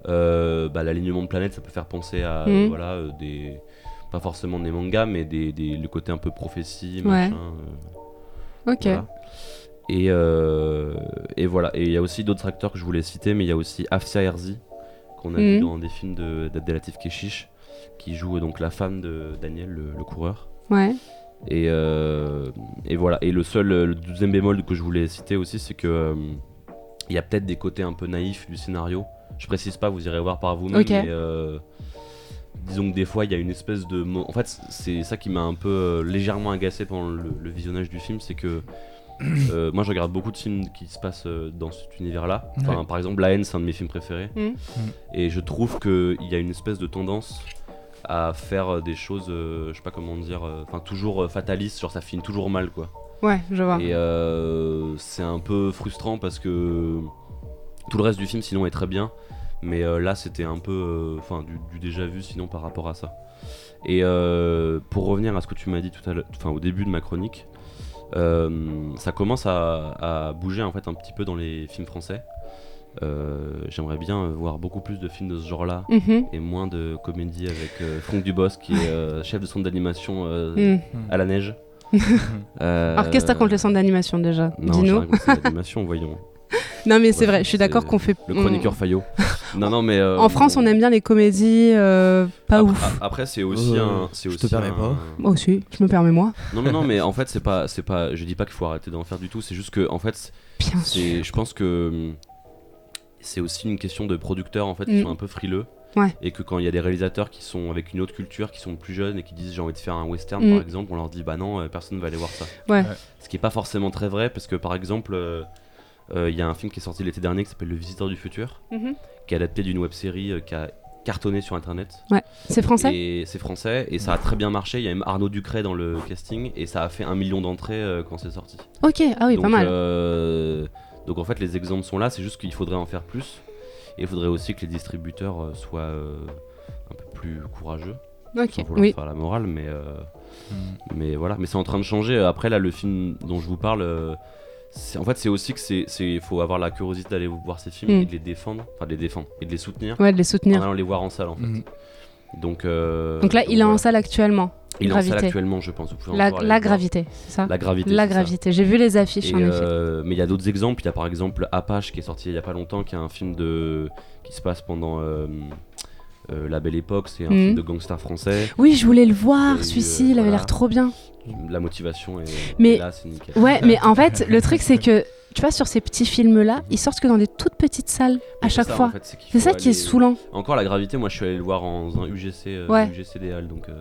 C: Euh, bah, L'alignement de planète, ça peut faire penser à. euh,
A: Mm.
C: voilà, euh, des. Pas forcément des mangas, mais des, des- le côté un peu prophétie,
A: Ouais.
C: machin. euh,
A: Ok.
C: voilà. Et, euh, et voilà. Et il y a aussi d'autres acteurs que je voulais citer, mais il y a aussi Afsia Herzi, qu'on a vu
A: Mhm.
C: dans des films de- d'Abdelatif Keshish, qui joue euh, donc la femme de Daniel, le, le coureur.
A: Ouais.
C: Et, euh, et voilà. Et le seul, euh, le deuxième bémol que je voulais citer aussi, c'est que euh, il y a peut-être des côtés un peu naïfs du scénario. Je précise pas, vous irez voir par vous-même.
A: Ok.
C: mais, euh, disons que des fois, il y a une espèce de. mo- En fait, c'est ça qui m'a un peu euh, légèrement agacé pendant le, le visionnage du film, c'est que. euh, moi je regarde beaucoup de films qui se passent euh, dans cet univers là.
D: Ouais.
C: Par exemple La haine c'est un de mes films préférés.
A: Mhm.
C: Et je trouve qu'il y a une espèce de tendance à faire euh, des choses, euh, je sais pas comment dire, euh, enfin toujours euh, fataliste, genre ça finit toujours mal quoi.
A: Ouais, je vois.
C: Et euh, c'est un peu frustrant parce que tout le reste du film sinon est très bien, mais euh, là c'était un peu euh, enfin du, du déjà vu sinon par rapport à ça. Et euh, pour revenir à ce que tu m'as dit tout à l'heure, enfin au début de ma chronique, euh, ça commence à, à bouger en fait un petit peu dans les films français. Euh, J'aimerais bien euh, voir beaucoup plus de films de ce genre-là
A: Mhm.
C: et moins de comédies avec euh, Franck Dubos qui est euh, chef de centre d'animation euh,
A: Hmm.
C: à la
B: *laughs*
C: neige. Euh,
A: Alors, qu'est-ce que t'as contre les centres d'animation déjà
C: non,
A: Dis-nous.
C: j'ai rien contre l'animation, voyons.
A: Non, mais c'est
C: Ouais,
A: vrai, je suis d'accord
C: c'est
A: qu'on fait.
C: Le
A: on-
C: chroniqueur Fayot. non, non, mais. euh,
A: Hmm. En France, on aime bien les comédies euh, pas
C: Après,
A: ouf.
C: a- Après, c'est aussi
B: Euh,
C: un. c'est
B: je te
C: aussi
B: permets
C: un-
B: pas.
A: Moi aussi, je me permets moi.
C: Non, mais non, mais en fait, c'est pas, c'est pas. Je dis pas qu'il faut arrêter d'en faire du tout. C'est juste que, en fait, c'est-
A: Bien
C: c'est.
A: sûr.
C: Je pense que hum, c'est aussi une question de producteurs en fait
A: Mm.
C: qui sont un peu frileux.
A: Ouais.
C: Et que quand il y a des réalisateurs qui sont avec une autre culture, qui sont plus jeunes et qui disent j'ai envie de faire un western
A: Mm.
C: par exemple, on leur dit bah non, euh, personne va aller voir ça.
A: Ouais.
D: Ouais.
C: Ce qui est pas forcément très vrai parce que par exemple, euh, euh, il y a un film qui est sorti l'été dernier qui s'appelle Le Visiteur du Futur.
A: Mhm.
C: qui est adapté d'une web série qui a cartonné sur internet.
A: C'est français
C: Et c'est français et ça a très bien marché. Il y a même Arnaud Ducret dans le casting et ça a fait un million d'entrées euh, quand c'est sorti.
A: Ok, ah oui,
C: donc,
A: pas mal.
C: euh, donc en fait, les exemples sont là, c'est juste qu'il faudrait en faire plus. Et il faudrait aussi que les distributeurs euh, soient euh, un peu plus courageux.
A: ok,
C: Sans vouloir
A: oui.
C: faire la morale, mais, euh, mais voilà. Mais c'est en train de changer. Après, là, le film dont je vous parle, euh, c'est- en fait, c'est aussi que c'est, c'est- faut avoir la curiosité d'aller voir ces films
A: Mm.
C: et de les défendre, enfin de les défendre et de les soutenir
A: Ouais, de les
C: en
A: soutenir.
C: allant les voir en salle. En fait.
D: Mhm.
C: Donc, euh,
A: Donc là, il est en
C: voilà.
A: salle actuellement.
C: Il est en salle
A: Gravité.
C: actuellement, je pense. Vous pouvez
A: La,
C: encore aller
A: la
C: le voir.
A: gravité, c'est ça
C: La gravité.
A: La
C: c'est ça.
A: gravité. J'ai vu les affiches,
C: Et,
A: en effet.
C: euh, mais il y a d'autres exemples. Il y a par exemple Apache qui est sorti il y a pas longtemps, qui est un film de qui se passe pendant euh, euh, la Belle Époque. C'est un
A: Mhm.
C: film de gangster français.
A: Oui, je voulais le voir,
C: Et,
A: celui-ci,
C: euh,
A: il avait
C: voilà.
A: l'air trop bien.
C: La motivation est,
A: Mais-
C: est là, c'est nickel.
A: Ouais, mais en
C: euh,
A: fait, le truc, c'est que, tu vois, sur ces petits films-là, ils sortent que dans des toutes petites salles, à
C: Mais c'est
A: chaque
C: ça, en
A: fois.
C: fait, qu'il
A: C'est
C: faut
A: ça qui est
C: aller-
A: saoulant.
C: Encore la gravité. Moi, je suis allé le voir en dans un UGC, euh,
A: Ouais.
C: UGC des Halles, donc. euh,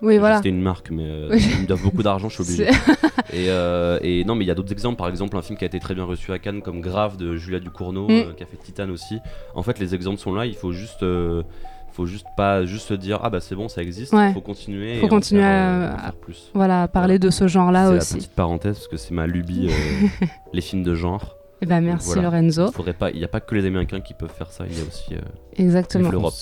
A: Oui, voilà.
C: C'était une marque, mais euh,
A: Oui.
C: ils me doivent beaucoup d'argent, je suis
A: *laughs*
C: obligé.
A: C'est-
C: Et, euh, et non, mais il y a d'autres exemples. Par exemple, un film qui a été très bien reçu à Cannes, comme Grave de Julia Ducournau,
A: Mm.
C: euh, qui a fait Titan aussi. En fait, les exemples sont là. Il faut juste, euh, faut juste pas juste se dire ah bah c'est bon, ça existe. Il
A: Ouais.
C: faut continuer.
A: Faut
C: et en
A: continuer
C: faire,
A: à-
C: euh, en
A: à-
C: faire plus.
A: Voilà, parler de ce genre-là
C: c'est la
A: aussi.
C: petite parenthèse parce que c'est ma lubie,
A: *laughs*
C: euh, les films de genre.
A: Eh ben, merci
C: Voilà.
A: Lorenzo.
C: Il faudrait pas, il n'y a pas que les Américains qui peuvent faire ça. Il y a aussi euh,
A: Exactement.
C: l'Europe,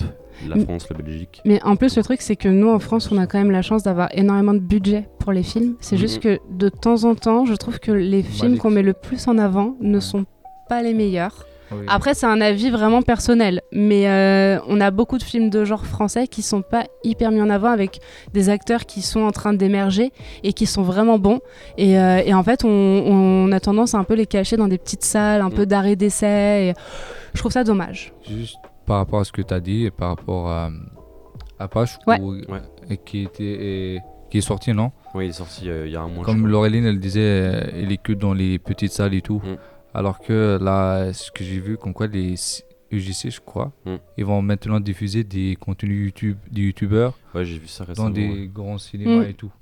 C: la
A: Mais-
C: France, la Belgique.
A: Mais en plus, le truc, c'est que nous, en France, on a quand même la chance d'avoir énormément de budget pour les films. C'est juste
C: Mhm.
A: que de temps en temps, je trouve que les films
D: les-
A: qu'on met le plus en avant ne
D: Ouais.
A: sont pas les meilleurs.
D: Oui.
A: Après, c'est un avis vraiment personnel, mais euh, on a beaucoup de films de genre français qui sont pas hyper mis en avant avec des acteurs qui sont en train d'émerger et qui sont vraiment bons. Et, euh, et en fait, on, on a tendance à un peu les cacher dans des petites salles, un peu
C: Mm.
A: d'arrêt d'essai. et Je trouve
C: *laughs*
A: ça dommage.
D: Juste par rapport à ce que tu as dit et par rapport à Apache
A: Ouais.
D: ou- et qui, était, et- qui est sorti, non
C: Oui, il est sorti euh, il y a un mois. je
D: Comme
C: crois.
D: Laureline, elle disait, euh, il est que dans les petites salles et tout.
C: Mm.
D: Alors que là, ce que j'ai vu, comme quoi les s- UGC, je crois,
C: Mm.
D: ils vont maintenant diffuser des contenus YouTube, des YouTubeurs
C: Ouais, j'ai vu ça récemment.
D: dans des
C: Ah, ouais.
D: grands cinémas
A: Mm.
D: et tout.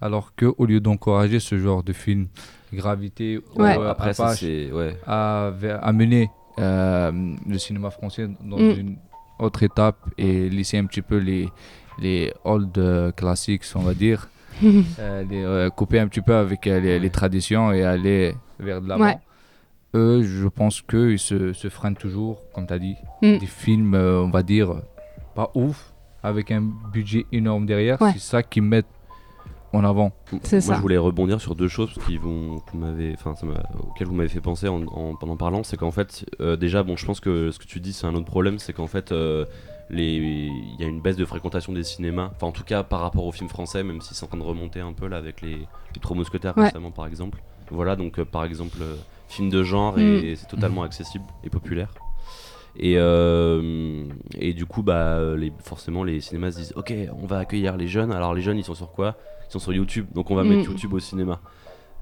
D: Alors que au lieu d'encourager ce genre de film, Gravité ou
A: Ouais.
D: euh,
C: Après ça,
D: Apache,
C: c'est ouais.
D: à, vers- à mener euh, le cinéma français dans
A: Mm.
D: une autre étape et laisser un petit peu les, les old euh, classics, on va dire,
A: Mm.
D: euh, les, euh, couper un petit peu avec euh, les, les traditions et aller vers de l'avant.
A: Ouais.
D: Eux, je pense qu'ils se, se freinent toujours, comme tu as dit,
A: Mm.
D: des films, euh, on va dire, pas ouf, avec un budget énorme derrière.
A: Ouais.
D: C'est ça qu'ils mettent en avant.
A: C'est
C: Moi,
A: ça.
C: je voulais rebondir sur deux choses qui vont, que vous m'avez- enfin, ça m'a- auxquelles vous m'avez fait penser en, en, en en parlant. C'est qu'en fait, euh, déjà, bon, je pense que ce que tu dis, c'est un autre problème. C'est qu'en fait, euh, les- il y a une baisse de fréquentation des cinémas. Enfin, en tout cas, par rapport aux films français, même si c'est en train de remonter un peu là avec les, les Trois Mousquetaires
A: Ouais.
C: récemment, par exemple. Voilà, donc euh, par exemple, euh, film de genre,
A: Mm.
C: et c'est totalement accessible et populaire. Et, euh, et du coup, bah, les, forcément, les cinémas se disent Ok, on va accueillir les jeunes. Alors, les jeunes, ils sont sur quoi Ils sont sur YouTube. Donc, on va
A: Mm.
C: mettre YouTube au cinéma.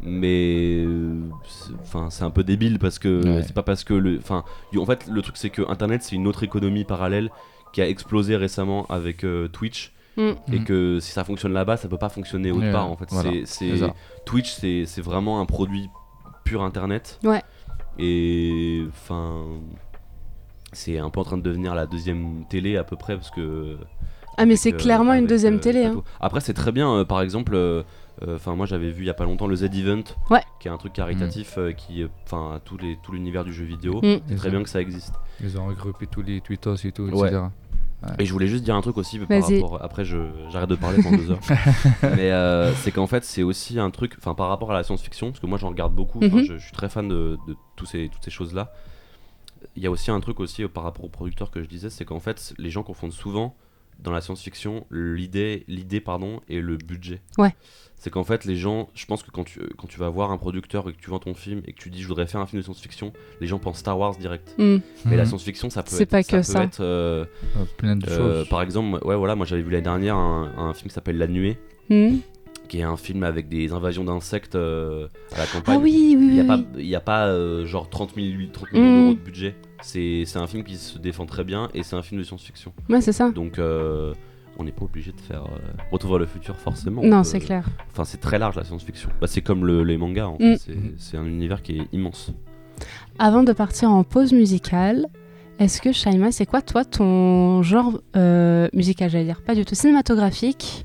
C: Mais euh, c'est- enfin, c'est un peu débile parce que
D: Ouais.
C: c'est pas parce que. le- Enfin, y- en fait, le truc, c'est que Internet, c'est une autre économie parallèle qui a explosé récemment avec euh, Twitch.
A: Mm.
C: Et
D: Mm.
C: que si ça fonctionne là-bas, ça peut pas fonctionner autre
D: Ouais,
C: part. En fait,
D: voilà,
C: C'est- c'est.
D: C'est ça.
C: Twitch, c'est c'est vraiment un produit pur internet.
A: Ouais.
C: Et enfin, c'est un peu en train de devenir la deuxième télé à peu près parce que.
A: Ah, mais
C: avec,
A: c'est
C: euh,
A: clairement une
C: avec,
A: deuxième
C: euh,
A: télé. hein.
C: Pato. Après, c'est très bien. euh, par exemple, enfin, moi, j'avais vu il y a pas longtemps le Z Event,
A: Ouais.
C: qui est un truc caritatif
D: Mhm.
C: euh, qui, enfin, tout les tout l'univers du jeu vidéo.
A: Mm.
C: C'est très bien que ça existe.
D: Ils ont regroupé tous les tweetos et tout,
C: Ouais.
D: etc.
C: Et Ah, je voulais juste dire un truc aussi par
A: Vas-y.
C: rapport. Après, je j'arrête de parler pendant
A: *laughs*
C: deux heures. Mais euh, c'est qu'en fait, c'est aussi un truc. Enfin, par rapport à la science-fiction, parce que moi, j'en regarde beaucoup. enfin,
A: Mhm.
C: je, je suis très fan de, de tous ces toutes ces choses-là. Il y a aussi un truc aussi euh, par rapport aux producteurs que je disais, c'est qu'en fait, les gens confondent souvent dans la science-fiction l'idée, l'idée pardon, et le budget.
A: Ouais.
C: C'est qu'en fait, les gens, je pense que quand tu, quand tu vas voir un producteur et que tu vends ton film et que tu dis je voudrais faire un film de science-fiction, les gens pensent Star Wars direct.
A: Mm.
C: Mais la
D: Mhm.
C: science-fiction, ça peut
A: C'est
C: être,
A: pas que
C: peut
A: ça.
C: être, euh,
D: Euh, Plein de
C: euh,
D: choses.
C: par exemple, moi- ouais, voilà, moi j'avais vu l'année dernière un, un film qui s'appelle La Nuée,
A: Mm.
C: qui est un film avec des invasions d'insectes euh, à la campagne.
A: Ah oui, oui,
C: Il n'y
A: oui.
C: a
A: oui.
C: pas, il y a pas euh, genre 30 000, 30 millions
A: Mm.
C: d'euros de budget. C'est c'est un film qui se défend très bien et c'est un film de science-fiction.
A: Ouais, c'est ça.
C: Donc euh, on n'est pas obligé de faire euh, Retour vers le futur forcément.
A: Non,
C: Euh,
A: c'est clair.
C: Enfin, c'est très large la science-fiction. Bah, c'est comme le- les mangas en
A: Mm.
C: fait. C'est- C'est un univers qui est immense.
A: Avant de partir en pause musicale, Est-ce que Shaima, c'est quoi toi ton genre euh, musical, j'allais dire Pas du tout cinématographique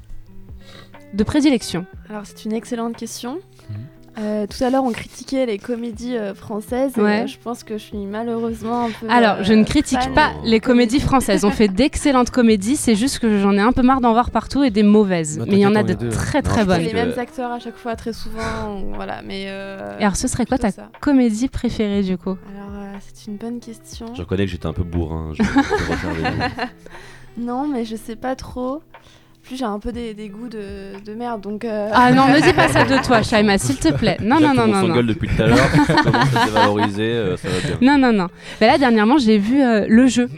A: de prédilection.
E: Alors c'est une excellente question.
C: Mhm.
E: Euh, tout à l'heure, on critiquait les comédies euh, françaises. et,
A: Ouais.
E: euh, je pense que je suis malheureusement un peu.
A: Alors,
E: euh,
A: je ne critique
E: fan.
A: pas les comédies françaises. On fait d'excellentes comédies, c'est juste que j'en ai un peu marre d'en voir partout et des mauvaises.
B: Bah,
A: mais il y en a
B: t'inquiète,
A: de
B: on est deux.
A: très
C: Non,
A: très
C: je
E: C'est
C: pense
A: bonnes.
E: les
C: que-
E: mêmes acteurs à chaque fois, très souvent. ou- voilà, mais. euh,
A: Et alors, ce serait quoi ta
E: plutôt ça.
A: comédie préférée du coup
E: Alors, euh, c'est une bonne question.
C: Je reconnais que j'étais un peu bourrin. je- je referme les yeux.
E: Non, mais je sais pas trop. En Plus j'ai un peu des, des goûts de, de merde, donc. euh,
A: Ah non, ne dis pas ça de toi, Shaima, s'il te plaît. Non,
C: Déjà
A: non, non,
C: qu'on
A: non. non.
C: s'engueule depuis tout à l'heure, tu commences à te dévaloriser, euh, ça va bien.
A: Non, non, non. Mais là, dernièrement, j'ai vu euh, Le Jeu.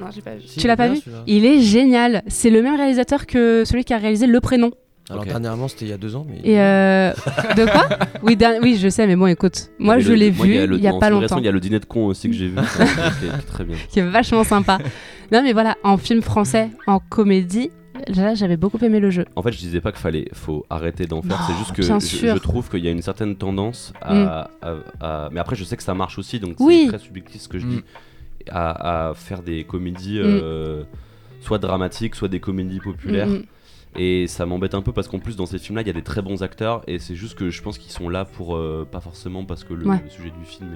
E: Non, j'ai pas vu.
A: Ah, Tu l'as pas vu Il est génial. C'est le même réalisateur que celui qui a réalisé Le Prénom.
B: Alors
C: Ok.
B: dernièrement, c'était il y a deux ans, mais.
A: Et euh, de
C: *laughs*
A: quoi oui, d'un- oui, je sais, mais bon, écoute, moi
C: Mais
A: je
C: le-
A: l'ai
C: moi,
A: vu
C: le-
A: il y a
C: en
A: pas
C: cinéma,
A: longtemps,
C: Il y a le dîner de con aussi que j'ai *laughs* vu, qui est- qui est très bien.
A: qui est vachement sympa. non, mais voilà, en film français, en comédie, là j'avais beaucoup aimé le jeu.
C: En fait, je disais pas qu'il fallait, faut arrêter d'en faire.
A: Non,
C: C'est juste que
A: bien
C: je,
A: sûr.
C: je trouve qu'il y a une certaine tendance à, à- à- Mais après, je sais que ça marche aussi, donc
A: Oui.
C: c'est très subjectif ce que je
D: Mm.
C: dis. À, à faire des comédies, euh, soit dramatiques, soit des comédies populaires.
A: Mm, mm.
C: Et ça m'embête un peu parce qu'en plus, dans ces films-là, il y a des très bons acteurs. Et c'est juste que je pense qu'ils sont là pour. euh, pas forcément parce que le,
A: Ouais.
C: le sujet du film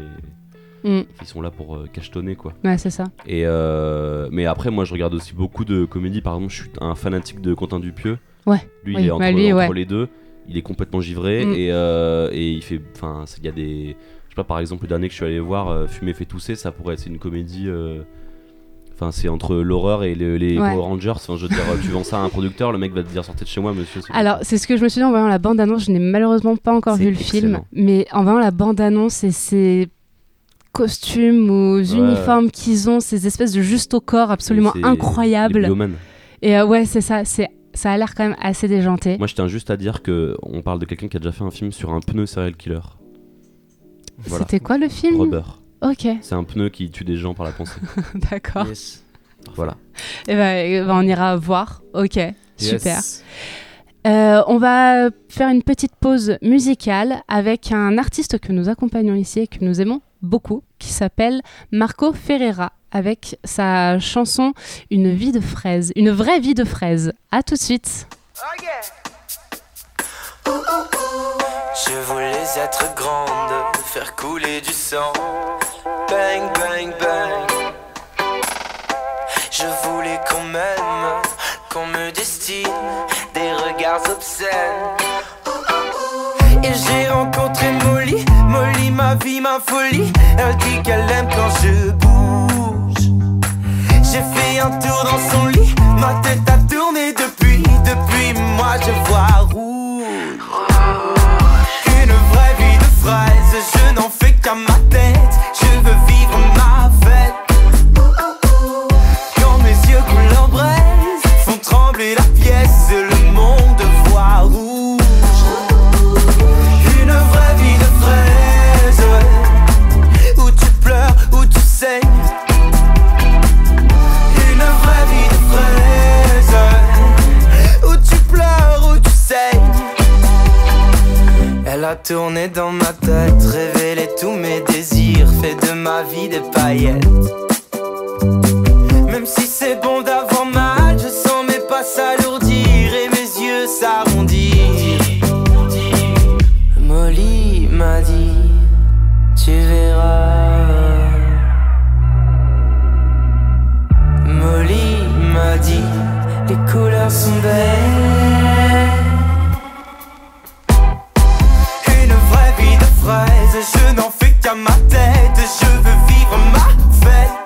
C: est.
A: Mm.
C: Ils sont là pour euh, cachetonner, quoi.
A: Ouais, c'est ça.
C: Et euh, mais après, moi, je regarde aussi beaucoup de comédies. Par exemple, je suis un fanatique de Quentin Dupieux.
A: Ouais.
C: Lui,
A: Oui,
C: il est entre,
A: bah, lui,
C: entre
A: ouais.
C: les deux. Il est complètement givré
A: Mm.
C: et, euh, et il fait. Enfin, c'est- il y a des. Je sais pas, par exemple, le dernier que je suis allé voir, euh, Fumer fait tousser, ça pourrait être c'est une comédie. euh, Enfin, c'est entre l'horreur et le- les
A: Ouais.
C: Power Rangers. Enfin, je veux dire, euh, tu vends ça à un producteur, le mec va te dire sortez de chez moi, monsieur. c'est-
A: Alors, c'est ce que je me suis dit en voyant la bande-annonce, je n'ai malheureusement pas encore
C: C'est
A: vu le film,
C: excellent.
A: mais en voyant la bande-annonce et ces costumes ou uniformes qu'ils ont, ces espèces de juste au corps absolument
C: C'est- les
A: incroyables.
C: biomanes.
A: Et euh, ouais, c'est ça, c'est ça a l'air quand même assez déjanté.
C: Moi, je tiens juste à dire que on parle de quelqu'un qui a déjà fait un film sur un pneu serial killer. Voilà.
A: C'était quoi le film
C: Rubber.
A: Ok, *laughs*
C: C'est un pneu qui tue des gens par la pensée.
A: d'accord.
B: Yes.
C: voilà.
A: Eh ben, eh ben, on ira voir. Ok, super.
D: Yes.
A: Euh, on va faire une petite pause musicale avec un artiste que nous accompagnons ici et que nous aimons beaucoup, qui s'appelle Marco Ferreira, avec sa chanson Une vie de fraise, une vraie vie de fraise. À tout de suite.
F: Je voulais être grande, faire couler du sang. Bang, bang, bang. Je voulais qu'on m'aime, qu'on me destine des regards obscènes. Et j'ai rencontré Molly, Molly, ma vie, ma folie. Elle dit qu'elle aime quand je bouge. J'ai fait un tour dans son lit, ma tête a tourné depuis, depuis moi je vois rouge. Une vraie vie de fraise, je n'en fais qu'à ma tête, je veux vivre ma fête. Quand mes yeux coulent en braise, font trembler la pièce, le monde voit rouge. Une vraie vie de fraise, où tu pleures, où tu saignes. Une vraie vie de fraise, où tu pleures, où tu saignes. Elle a tourné dans ma tête, révélé tous mes désirs, fait de ma vie des paillettes. Même si c'est bon d'avoir mal, je sens mes pas s'alourdir et mes yeux s'arrondir. Molly m'a dit, tu verras. Molly m'a dit, les couleurs sont belles. Une vraie vie de fraise, je n'en fais qu'à ma tête, je veux vivre ma fête.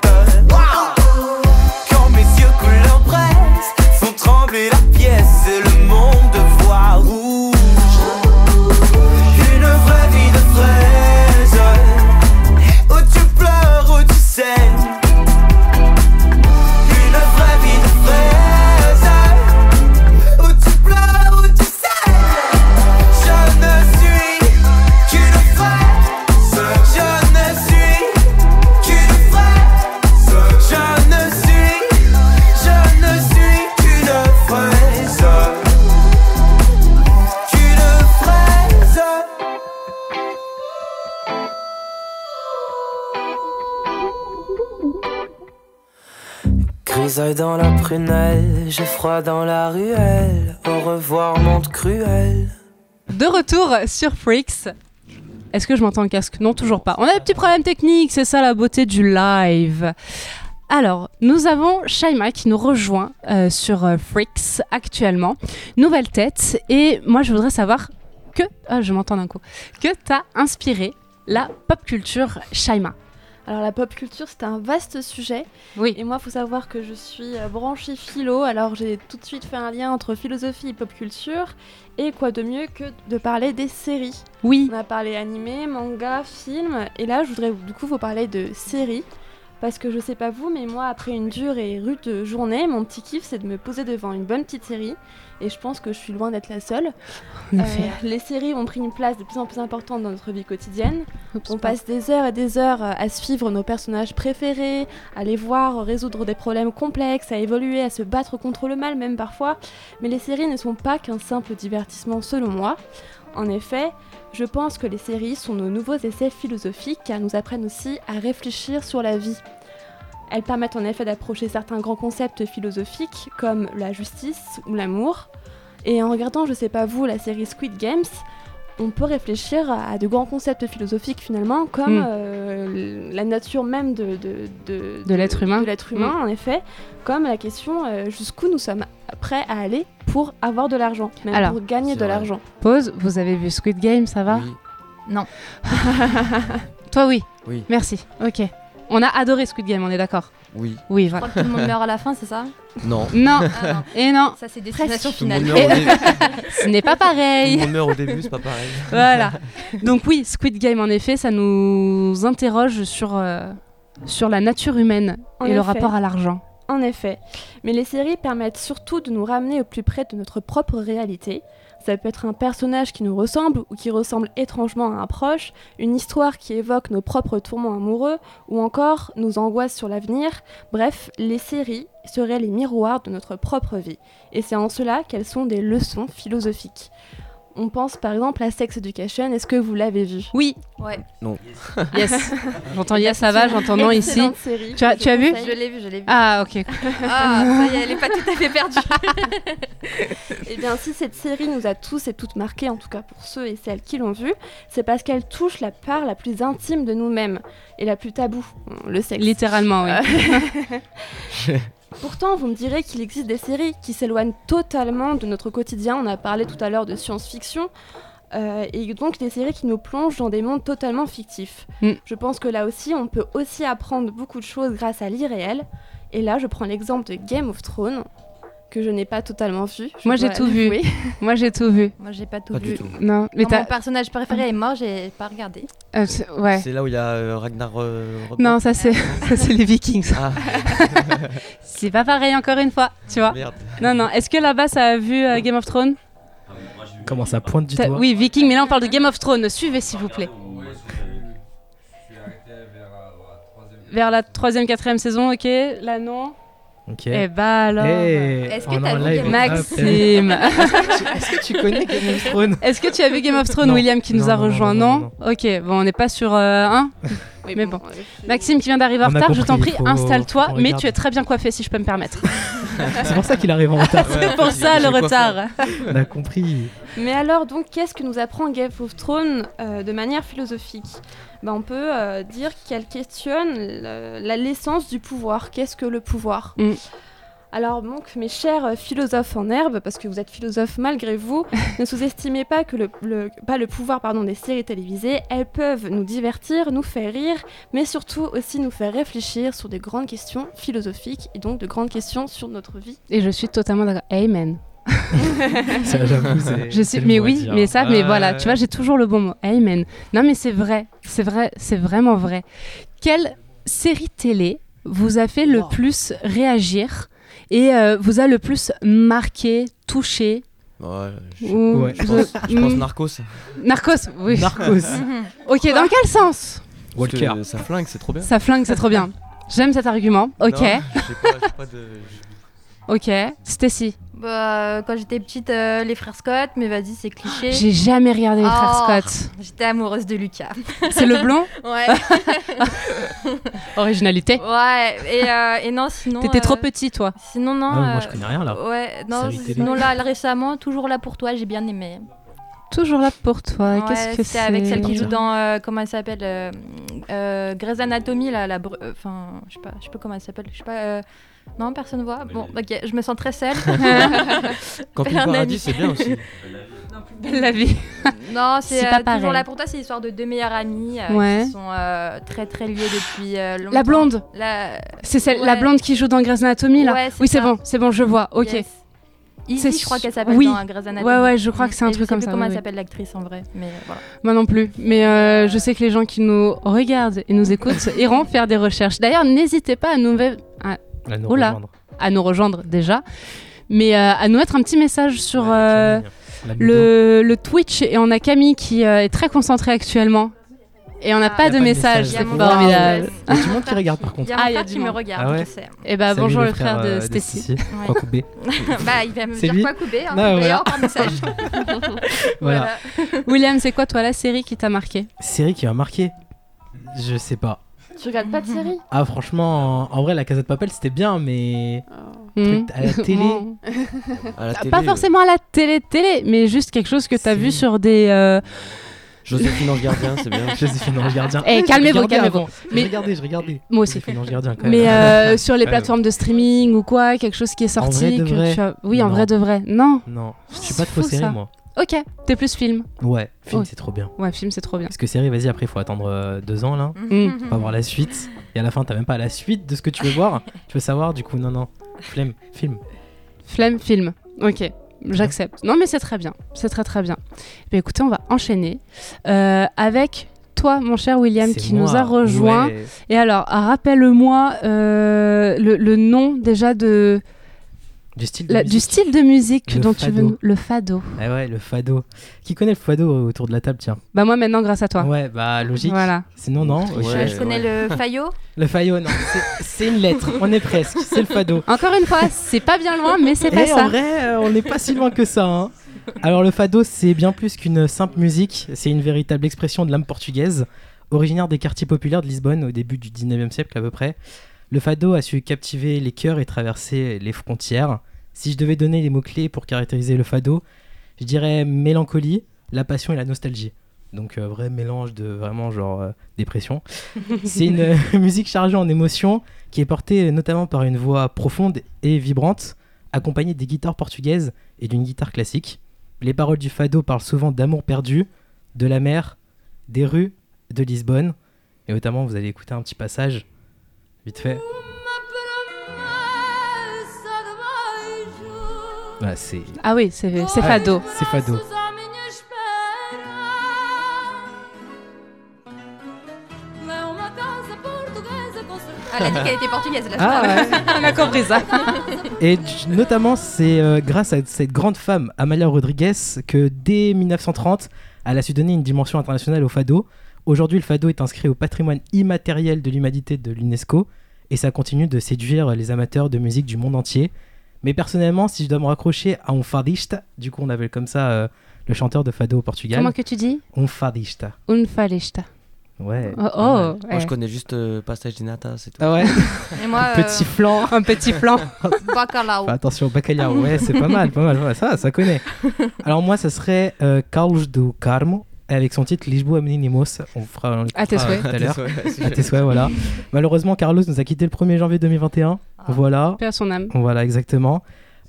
F: Grisaille dans la prunelle, j'ai froid dans la ruelle. Au revoir, monde cruel.
A: De retour sur Freaks. Est-ce que je m'entends le casque Non, toujours pas. On a des petits problèmes techniques, c'est ça la beauté du live. Alors, nous avons Shaima qui nous rejoint euh, sur euh, Freaks actuellement. Nouvelle tête. Et moi, je voudrais savoir que. Ah, je m'entends d'un coup. Que t'as inspiré la pop culture Shaima
E: Alors la pop culture, c'est un vaste sujet.
A: Oui.
E: Et moi, faut savoir que je suis euh, branchée philo, alors j'ai tout de suite fait un lien entre philosophie et pop culture. Et quoi de mieux que de parler des séries
A: Oui.
E: On a parlé animé, manga, film, et là je voudrais du coup vous parler de séries. Parce que je sais pas vous, mais moi après une dure et rude journée, mon petit kiff c'est de me poser devant une bonne petite série. Et je pense que je suis loin d'être la seule.
A: En
E: Euh,
A: effet.
E: les séries ont pris une place de plus en plus importante dans notre vie quotidienne. On passe des heures et des heures euh, à suivre nos personnages préférés, à les voir résoudre des problèmes complexes, à évoluer, à se battre contre le mal même parfois. Mais les séries ne sont pas qu'un simple divertissement selon moi. En effet, je pense que les séries sont nos nouveaux essais philosophiques car nous apprennent aussi à réfléchir sur la vie. Elles permettent en effet d'approcher certains grands concepts philosophiques comme la justice ou l'amour. Et en regardant, je sais pas vous, la série Squid Games, on peut réfléchir à de grands concepts philosophiques finalement, comme
A: Mm.
E: euh, la nature même de, de, de,
A: De l'être humain. Hmm.
E: de l'être humain, en effet, comme la question euh, jusqu'où nous sommes prêts à aller pour avoir de l'argent, même
A: Alors,
E: pour gagner
B: c'est
E: de
B: vrai.
E: l'argent.
A: Pause, vous avez vu Squid Game, ça va
B: Oui.
A: Toi, oui.
B: Oui.
A: Merci. Ok. On a adoré Squid Game, on est d'accord
B: Oui.
A: Oui,
G: Je
A: voilà.
G: crois que tout le monde meurt à la fin,
B: *laughs*
G: c'est ça
B: Non.
A: Non,
G: Ah non,
A: et non,
G: ça c'est destination
B: Tout le monde
G: finale.
B: meurt au début.
A: *laughs* ce n'est pas
B: Tout
A: pareil.
B: le monde meurt au début, c'est pas
A: *laughs*
B: pareil.
A: voilà. Donc oui, Squid Game, en effet, ça nous interroge sur, euh, sur la nature humaine
E: En
A: et le
E: effet.
A: rapport à l'argent.
E: En effet, mais les séries permettent surtout de nous ramener au plus près de notre propre réalité. Ça peut être un personnage qui nous ressemble ou qui ressemble étrangement à un proche, une histoire qui évoque nos propres tourments amoureux ou encore nos angoisses sur l'avenir. Bref, les séries seraient les miroirs de notre propre vie. Et c'est en cela qu'elles sont des leçons philosophiques. On pense par exemple à Sex Education, est-ce que vous l'avez vu
A: Oui,
G: Ouais,
A: *laughs* yes. J'entends yes, ça va, j'entends non ici.
E: Excellente série,
A: Tu as-
E: je
A: tu as vu
E: conseille.
G: je l'ai vu, je l'ai vu. Ah,
A: Ah, ok.
G: ça y est, elle est pas tout à fait perdue.
E: Eh bien, si cette série nous a tous et toutes marqués, en tout cas pour ceux et celles qui l'ont vue, c'est parce qu'elle touche la part la plus intime de nous-mêmes et la plus taboue, le sexe.
A: Littéralement, oui.
E: Pourtant, vous me direz qu'il existe des séries qui s'éloignent totalement de notre quotidien. On a parlé tout à l'heure de science-fiction. euh, et donc des séries qui nous plongent dans des mondes totalement fictifs.
A: Mm.
E: Je pense que là aussi, on peut aussi apprendre beaucoup de choses grâce à l'irréel. Et là, je prends l'exemple de Game of Thrones, que je n'ai pas totalement vu. je
A: Moi, j'ai
E: dois
A: tout vu.
E: l'avouer.
A: Moi, j'ai tout vu.
G: *laughs* Moi j'ai pas tout
B: Pas
G: vu.
B: du tout.
A: Non, mais
G: Quand
A: t'as.
G: Mon personnage préféré est mort, j'ai pas regardé.
A: euh, c'est- ouais.
B: C'est là où il y a euh, Ragnar. euh, Robert.
A: Non, ça c'est *laughs* ça, c'est les Vikings.
B: Ah,
A: C'est pas pareil encore une fois, tu vois.
B: merde.
A: Non, non. Est-ce que là-bas ça a vu euh, Game of Thrones
H: Comment ça pointe du
A: Ça-
H: doigt
A: Oui, Vikings, mais là on parle de Game of Thrones. Suivez s'il vous plaît. Vers la troisième, quatrième saison, ok Là non
H: Ok.
A: Eh bah alors
H: Hey,
G: Est-ce que
H: on est
G: t'as
H: en
G: vu
H: live.
G: Game of *laughs*
A: ah, Maxime
H: *laughs* Est-ce que tu connais Game of Thrones
A: Est-ce que tu as vu Game of Thrones,
H: Non.
A: William, qui nous
H: Non,
A: a
H: non, non,
A: rejoint
H: non, non,
A: Ok, bon, on n'est pas sur euh, un.
E: Oui,
A: Mais bon.
E: euh, je-
A: Maxime qui vient d'arriver en
H: On a
A: retard, je
H: compris,
A: t'en prie,
H: faut-
A: installe-toi,
H: faut
A: mais
H: regarder.
A: tu es très bien coiffé si je peux me permettre.
H: C'est pour ça qu'il arrive en retard.
A: C'est pour ça le retard.
H: On a compris.
E: Mais alors, donc, qu'est-ce que nous apprend Game of Thrones euh, de manière philosophique Ben, On peut euh, dire qu'elle questionne le- la l'essence du pouvoir. Qu'est-ce que le pouvoir
A: Mm.
E: Alors, donc, mes chers euh, philosophes en herbe, parce que vous êtes philosophes malgré vous, ne sous-estimez pas que le, le- pas le pouvoir pardon, des séries télévisées. Elles peuvent nous divertir, nous faire rire, mais surtout aussi nous faire réfléchir sur des grandes questions philosophiques et donc de grandes questions sur notre vie.
A: Et je suis totalement d'accord. Amen.
H: Ça, Ah, j'avoue, *laughs* c'est-
A: Je
H: c'est
A: sais,
H: le
A: mais
H: mot à
A: oui,
H: dire.
A: mais ça, mais
B: Ah
A: voilà,
B: ouais.
A: tu vois, j'ai toujours le bon mot. Amen. Non, mais c'est vrai, c'est vrai, c'est vraiment vrai. Quelle série télé vous a fait le plus réagir et euh, vous a le plus marqué, touché
B: Ouais, je,
A: ou-
H: Ouais.
B: je pense, je pense
A: Mm.
B: Narcos.
A: Narcos, oui.
H: Narcos.
A: ok, dans quel sens
H: Walker.
B: Parce que Ça flingue, hein. c'est trop bien.
A: Ça flingue, c'est trop bien. J'aime cet argument. Ok,
B: Non, j'ai pas, j'ai pas de-
A: ok. Stacy,
G: Bah, euh, quand j'étais petite, euh, les frères Scott, mais vas-y, c'est cliché.
A: J'ai jamais regardé les
G: Oh.
A: frères Scott.
G: J'étais amoureuse de Lucas.
A: C'est le blond
G: *laughs* Ouais,
A: Originalité.
G: ouais. Et, euh, et non, sinon.
A: T'étais
G: euh,
A: trop petit, toi.
G: Sinon, non.
H: Ah, mais moi,
G: euh,
H: je connais rien là.
G: Ouais, non,
H: Série télé.
G: sinon là, récemment, toujours là pour toi, j'ai bien aimé.
A: Toujours là pour toi.
G: Ouais,
A: Qu'est-ce que c'est
G: c'était avec celle qui
H: Partir.
G: joue dans euh, comment elle s'appelle euh, euh, Grey's Anatomy là, la bru- euh, enfin je sais pas, je sais pas comment elle s'appelle, je sais pas. euh, Non, personne voit. Bon, ok, je me sens très
H: *laughs*
G: seule. *laughs*
B: Quand
G: Un
B: le paradis,
G: ami.
B: c'est bien aussi.
A: Belle la vie.
G: non,
A: C'est
G: c'est
A: pas
G: euh, toujours
A: pareil.
G: là pour toi. C'est l'histoire de deux meilleures amies euh,
A: Ouais.
G: qui sont euh, très très liées depuis euh, longtemps.
A: La blonde.
G: La...
A: C'est celle, la
G: Ouais.
A: blonde qui joue dans Grey's Anatomy, là.
G: Ouais, c'est
A: oui, c'est
G: ça.
A: bon, c'est bon, je vois. Ok.
G: Yes.
A: C'est
G: Izzy, je crois
A: su-
G: qu'elle s'appelle
A: oui.
G: dans euh, Grey's Anatomy.
A: Ouais, ouais, je crois que c'est un
G: Et
A: truc comme
G: Je sais
A: ça,
G: plus comment
A: oui,
G: elle
A: oui.
G: s'appelle l'actrice en vrai, mais euh, voilà.
A: Moi non plus. Mais euh, je sais que les gens qui nous regardent et
G: *laughs*
A: nous écoutent iront faire des recherches. D'ailleurs, n'hésitez pas à nous, ve-
H: Ah, nous
A: Oh là.
H: rejoindre.
A: à nous rejoindre déjà, mais euh, à nous mettre un petit message sur
H: Ouais,
A: euh,
H: Camille, hein. la Ludo.
A: le, le Twitch. Et on a Camille qui euh, est très concentrée actuellement. Et on n'a
G: Ah.
A: pas,
G: Y a
A: de
H: pas de
A: message,
H: message,
A: c'est
H: c'est
A: formidable.
G: Yes.
H: Il y a du monde qui regarde par
G: Il y
H: contre.
G: a mon
A: Ah, il y a
G: frère
A: du
G: qui me
A: monde.
G: regarde,
H: Ah ouais.
G: je sais.
A: Et bah
H: Salut,
A: bonjour le frère
H: euh,
A: de Stacy.
G: Ouais.
H: Franck Coupé.
G: bah, il va me
H: C'est
G: dire
H: lui.
G: quoi couper, hein,
H: Non, *laughs* voilà.
G: d'ailleurs, par message.
H: Voilà.
A: William, c'est quoi toi la série qui t'a marqué
H: Série qui m'a marqué. Je sais pas.
E: Tu regardes pas de série
H: Ah franchement, en vrai, la Casa de Papel c'était bien,
A: *laughs*
H: mais Truc à la télé.
A: Hmm Bon.
B: À la
A: Ah,
B: télé,
A: Pas
B: euh,
A: forcément à la télé-télé, mais juste quelque chose que t'as
H: Si.
A: vu sur des. euh,
B: Joséphine Ange Gardien, c'est
A: *laughs*
B: bien.
H: Joséphine Ange Gardien.
A: Eh,
H: Je
A: calmez-vous,
H: regardais
A: calmez-vous.
H: avant. Je
A: Mais-
H: regardais, je regardais.
A: Moi aussi.
H: Joséphine Ange Gardien quand même. *laughs*
A: Mais euh, sur les
D: Ouais.
A: plateformes de streaming ou quoi, quelque chose qui est
H: En
A: sorti.
H: vrai de
A: que
H: vrai.
A: tu as- Oui, en
H: Non.
A: vrai de vrai. Non.
H: Non, je suis
A: C'est
H: pas trop
A: fou, ça.
H: série moi.
A: Ok, t'es plus film.
H: Ouais, film
A: Ouais.
H: c'est trop bien.
A: Ouais, film, c'est trop bien.
H: Parce que série, vas-y, après faut attendre euh, deux ans là.
A: Mm.
H: Faut pas voir la suite. Et à la fin, t'as même pas la suite de ce que tu veux voir.
A: *laughs*
H: tu veux savoir, du coup, non, non. Flemme, film.
A: Flemme, film. Ok, j'accepte. Non, mais c'est très bien. C'est très, très bien. Bah, écoutez, on va enchaîner euh, avec toi, mon cher William,
H: C'est
A: qui
H: moi.
A: nous a rejoint.
H: Ouais.
A: Et alors, ah, rappelle-moi euh, le, le nom déjà de,
H: Du style de
A: la- du
H: musique.
A: style de musique
H: Le
A: dont tu
H: fado.
A: veux nous- le fado.
H: Ah ouais, le fado. Qui connaît le fado autour de la table, tiens
A: Bah moi maintenant grâce à toi.
H: Ouais, bah logique.
A: Voilà.
H: Sinon, non.
B: Ouais.
H: ok.
G: Euh, je connais le Fayot.
H: Le fado, non. c'est- C'est une lettre. On est presque. C'est le fado.
A: Encore
H: *laughs*
A: une fois, c'est pas bien loin, mais c'est pas
H: Et en
A: ça.
H: vrai, euh, on n'est pas si loin que ça. hein. Alors le fado, c'est bien plus qu'une simple musique, c'est une véritable expression de l'âme portugaise, originaire des quartiers populaires de Lisbonne au début du 19e siècle à peu près. Le fado a su captiver les cœurs et traverser les frontières. Si je devais donner les mots-clés pour caractériser le fado, je dirais mélancolie, la passion et la nostalgie. Donc euh, vrai mélange de vraiment genre euh,
A: *laughs*
H: dépression. C'est une *laughs* euh, musique chargée en émotions qui est portée notamment par une voix profonde et vibrante accompagné des guitares portugaises et d'une guitare classique. Les paroles du fado parlent souvent d'amour perdu, de la mer, des rues de Lisbonne. Et notamment, vous allez écouter un petit passage, vite fait. Voilà, c'est
A: Ah oui, c'est c'est
H: Ah,
A: fado.
H: c'est fado.
G: Ah, Elle a dit qu'elle était portugaise, là.
H: Ah ouais.
A: On a compris
H: hein.
A: ça.
H: Et j- notamment, c'est euh, grâce à cette grande femme, Amalia Rodriguez, que dès 1930, elle a su donner une dimension internationale au fado. Aujourd'hui, le fado est inscrit au patrimoine immatériel de l'humanité de l'UNESCO et ça continue de séduire les amateurs de musique du monde entier. Mais personnellement, si je dois me raccrocher à un fadista, du coup on appelle comme ça euh, le chanteur de fado au Portugal,
A: Comment que tu dis
H: un fadista.
A: Un falista.
H: Ouais.
A: Oh, oh,
B: Moi, je
A: ouais.
B: connais juste euh, Passage des Natas, c'est tout.
H: Ah ouais,
G: Et moi,
H: *laughs*
G: euh,
H: petit flanc.
A: un petit flanc.
G: bacalao.
H: Fais Bah, attention,
A: *laughs*
H: bacalhau, ouais, c'est pas mal, pas mal, ouais, ça, ça connaît. Alors moi, ça serait euh, Carlos do Carmo, avec son titre Lisboa Menimos, on fera on
A: Ah, À tes
H: l'écoutera, *laughs* euh,
A: souhaits.
H: tout à l'heure. À
B: l'heure.
H: tes souhaits,
A: *laughs*
H: voilà. Malheureusement, Carlos nous a quitté le 1er janvier 2021,
G: Ah.
H: voilà,
A: Paix à son âme.
H: voilà, exactement.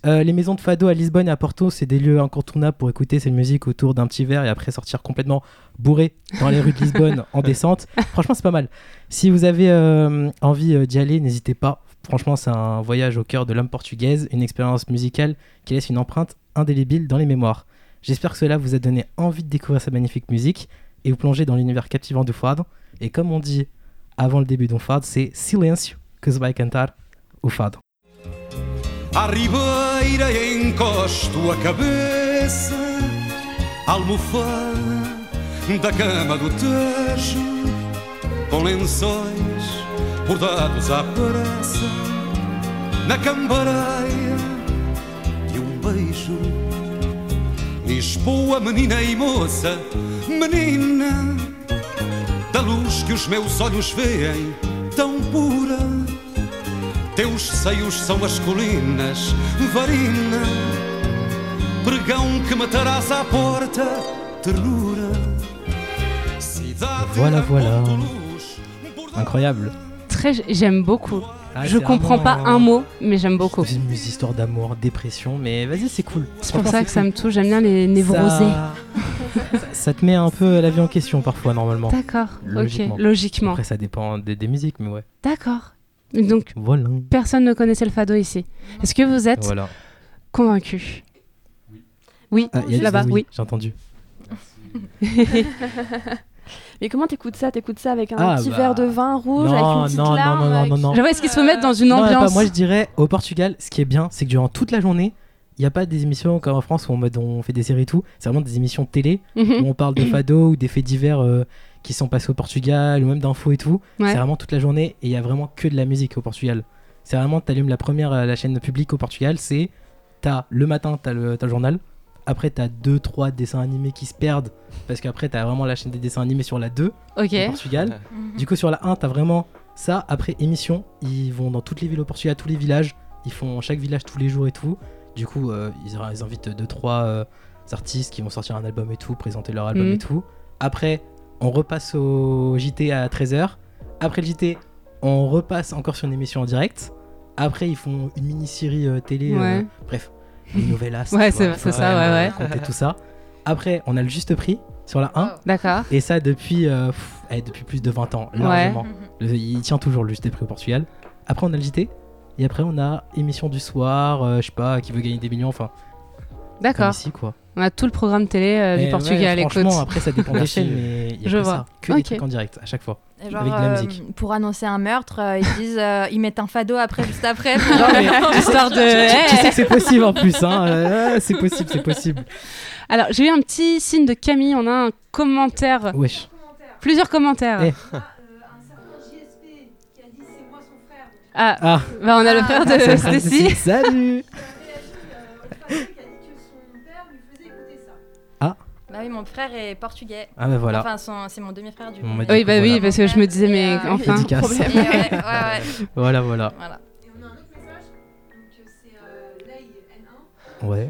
H: Euh, les maisons de fado à Lisbonne et à Porto, c'est des lieux incontournables pour écouter cette musique autour d'un petit verre et après sortir complètement bourré dans les rues de Lisbonne en descente. Franchement, c'est pas mal. Si vous avez euh, envie euh, d'y aller, n'hésitez pas. Franchement, c'est un voyage au cœur de l'âme portugaise, une expérience musicale qui laisse une empreinte indélébile dans les mémoires. J'espère que cela vous a donné envie de découvrir sa magnifique musique et vous plonger dans l'univers captivant du fado. Et comme on dit avant le début d'un fado, c'est silêncio que se vai cantar o fado.
I: À ribeira encosto a cabeça à almofada da cama do tejo Com lençóis bordados à pressa Na cambareia de um beijo. Lisboa, menina e moça, menina da luz que os meus olhos veem, tão pura. Teus seios são as colinas, varina, pregão que matarás à porta, ternura. Cidade
H: Voilà,
I: a
H: voilà.
I: ponto luz, bordão
H: Incroyable.
A: Très, j'aime beaucoup.
H: Ah,
A: je
H: c'est
A: comprends pas
H: vraiment,
A: un
H: euh,
A: mot, mais j'aime beaucoup.
H: C'est une histoire d'amour, dépression, mais vas-y, c'est cool.
A: C'est pour ça que ça me touche. J'aime bien les névrosés.
H: Ça... ça te met un peu la vie en question parfois, normalement.
A: D'accord.
H: Logiquement.
A: Ok. Logiquement.
H: Après, ça dépend des, des musiques, mais ouais.
A: D'accord. Donc
H: Voilà.
A: personne ne connaissait le fado ici. Est-ce que vous êtes
H: Voilà.
A: convaincu Oui.
H: Ah, il y a-
A: Là-bas.
H: *laughs*
A: Oui.
H: J'ai entendu.
E: Mais comment t'écoutes ça T'écoutes ça avec un
H: Ah,
E: petit
H: bah.
E: verre de vin rouge,
H: Non,
E: avec une petite
H: non, non,
E: larme
H: non, non,
E: avec-
H: non, non.
A: J'avoue, est-ce qu'il se faut mettre dans une
H: Non,
A: ambiance
H: pas, moi je dirais au Portugal, ce qui est bien, c'est que durant toute la journée, il n'y a pas des émissions comme en France où en mode, on fait des séries et tout. C'est vraiment des émissions de télé
A: Mhm.
H: où on parle de fado ou des faits divers euh, qui sont passés au Portugal ou même d'infos et tout.
A: Ouais.
H: C'est vraiment toute la journée et il y a vraiment que de la musique au Portugal. C'est vraiment, t'allumes la première, euh, la chaîne publique au Portugal, c'est t'as le matin, t'as le, t'as le journal. Après, t'as deux, trois dessins animés qui se perdent parce qu'après, t'as vraiment la chaîne des dessins animés sur la 2
A: *laughs* Ok.
H: au Portugal.
G: Mhm.
H: Du coup, sur la 1, t'as vraiment ça. Après émission, ils vont dans toutes les villes au Portugal, tous les villages. Ils font chaque village tous les jours et tout. Du coup, euh, ils, ils invitent 2-3 artistes qui vont sortir un album et tout, présenter leur album
A: Mhm.
H: et tout. Après, on repasse au JT à 13h. Après le JT, on repasse encore sur une émission en direct. Après, ils font une mini-série euh, télé. euh,
A: Ouais.
H: bref, une nouvelle
A: *laughs*
H: as.
A: Ouais,
H: tu vois,
A: c'est- c'est
H: faut
A: ça,
H: quand même,
A: ouais,
H: euh, compter tout ça. Après, on a le juste prix sur la 1.
A: D'accord.
H: Et ça depuis, euh, pff, eh, depuis plus de 20 ans,
A: Ouais.
H: largement.
G: Mhm.
H: Le- il tient toujours le JT prix au Portugal. Après, on a le JT. Et après, on a émission du soir, euh, je sais pas, qui veut gagner des millions, enfin, comme
A: D'accord.
H: ici, quoi.
A: On a tout le programme télé euh,
H: Mais
A: du
H: ouais,
A: Portugal. écoute.
H: franchement, hein. après, ça dépend des
B: Merci.
H: chaînes, mais il y a
A: Je
H: que
A: vois.
H: ça. Que des
A: Ok.
H: trucs en direct, à chaque fois.
G: Et genre,
H: Avec de la
G: euh,
H: musique.
G: pour annoncer un meurtre, euh, ils disent, euh, ils mettent un fado après, juste après. pour-
H: Non, mais
G: *laughs*
H: tu sais-
A: *laughs* Histoire
H: *laughs*
A: de. Eh,
H: Tu sais
A: Hey
H: que c'est possible en plus,
A: *laughs*
H: hein. euh, c'est possible, c'est possible.
A: eh. Alors, j'ai eu un petit signe de Camille. On a un commentaire.
H: Wesh.
A: Plusieurs commentaires.
H: Eh.
G: euh,
A: Ah,
H: Ah,
A: bah on a le frère
H: ça
A: de
H: me fait
A: Stacy.
H: plaisir. Salut
G: Bah oui, mon frère est portugais.
H: Ah bah Ah. voilà.
G: Enfin, son- c'est mon demi-frère du
H: Mon
G: coup.
H: mec.
A: Oui, bah
H: Voilà.
A: oui, parce que je me disais, mais
G: Et, euh,
A: enfin.
H: Dédicace.
G: Et, ouais, *laughs* ouais,
A: *laughs*
G: ouais,
H: Voilà, voilà.
G: voilà.
H: Ouais.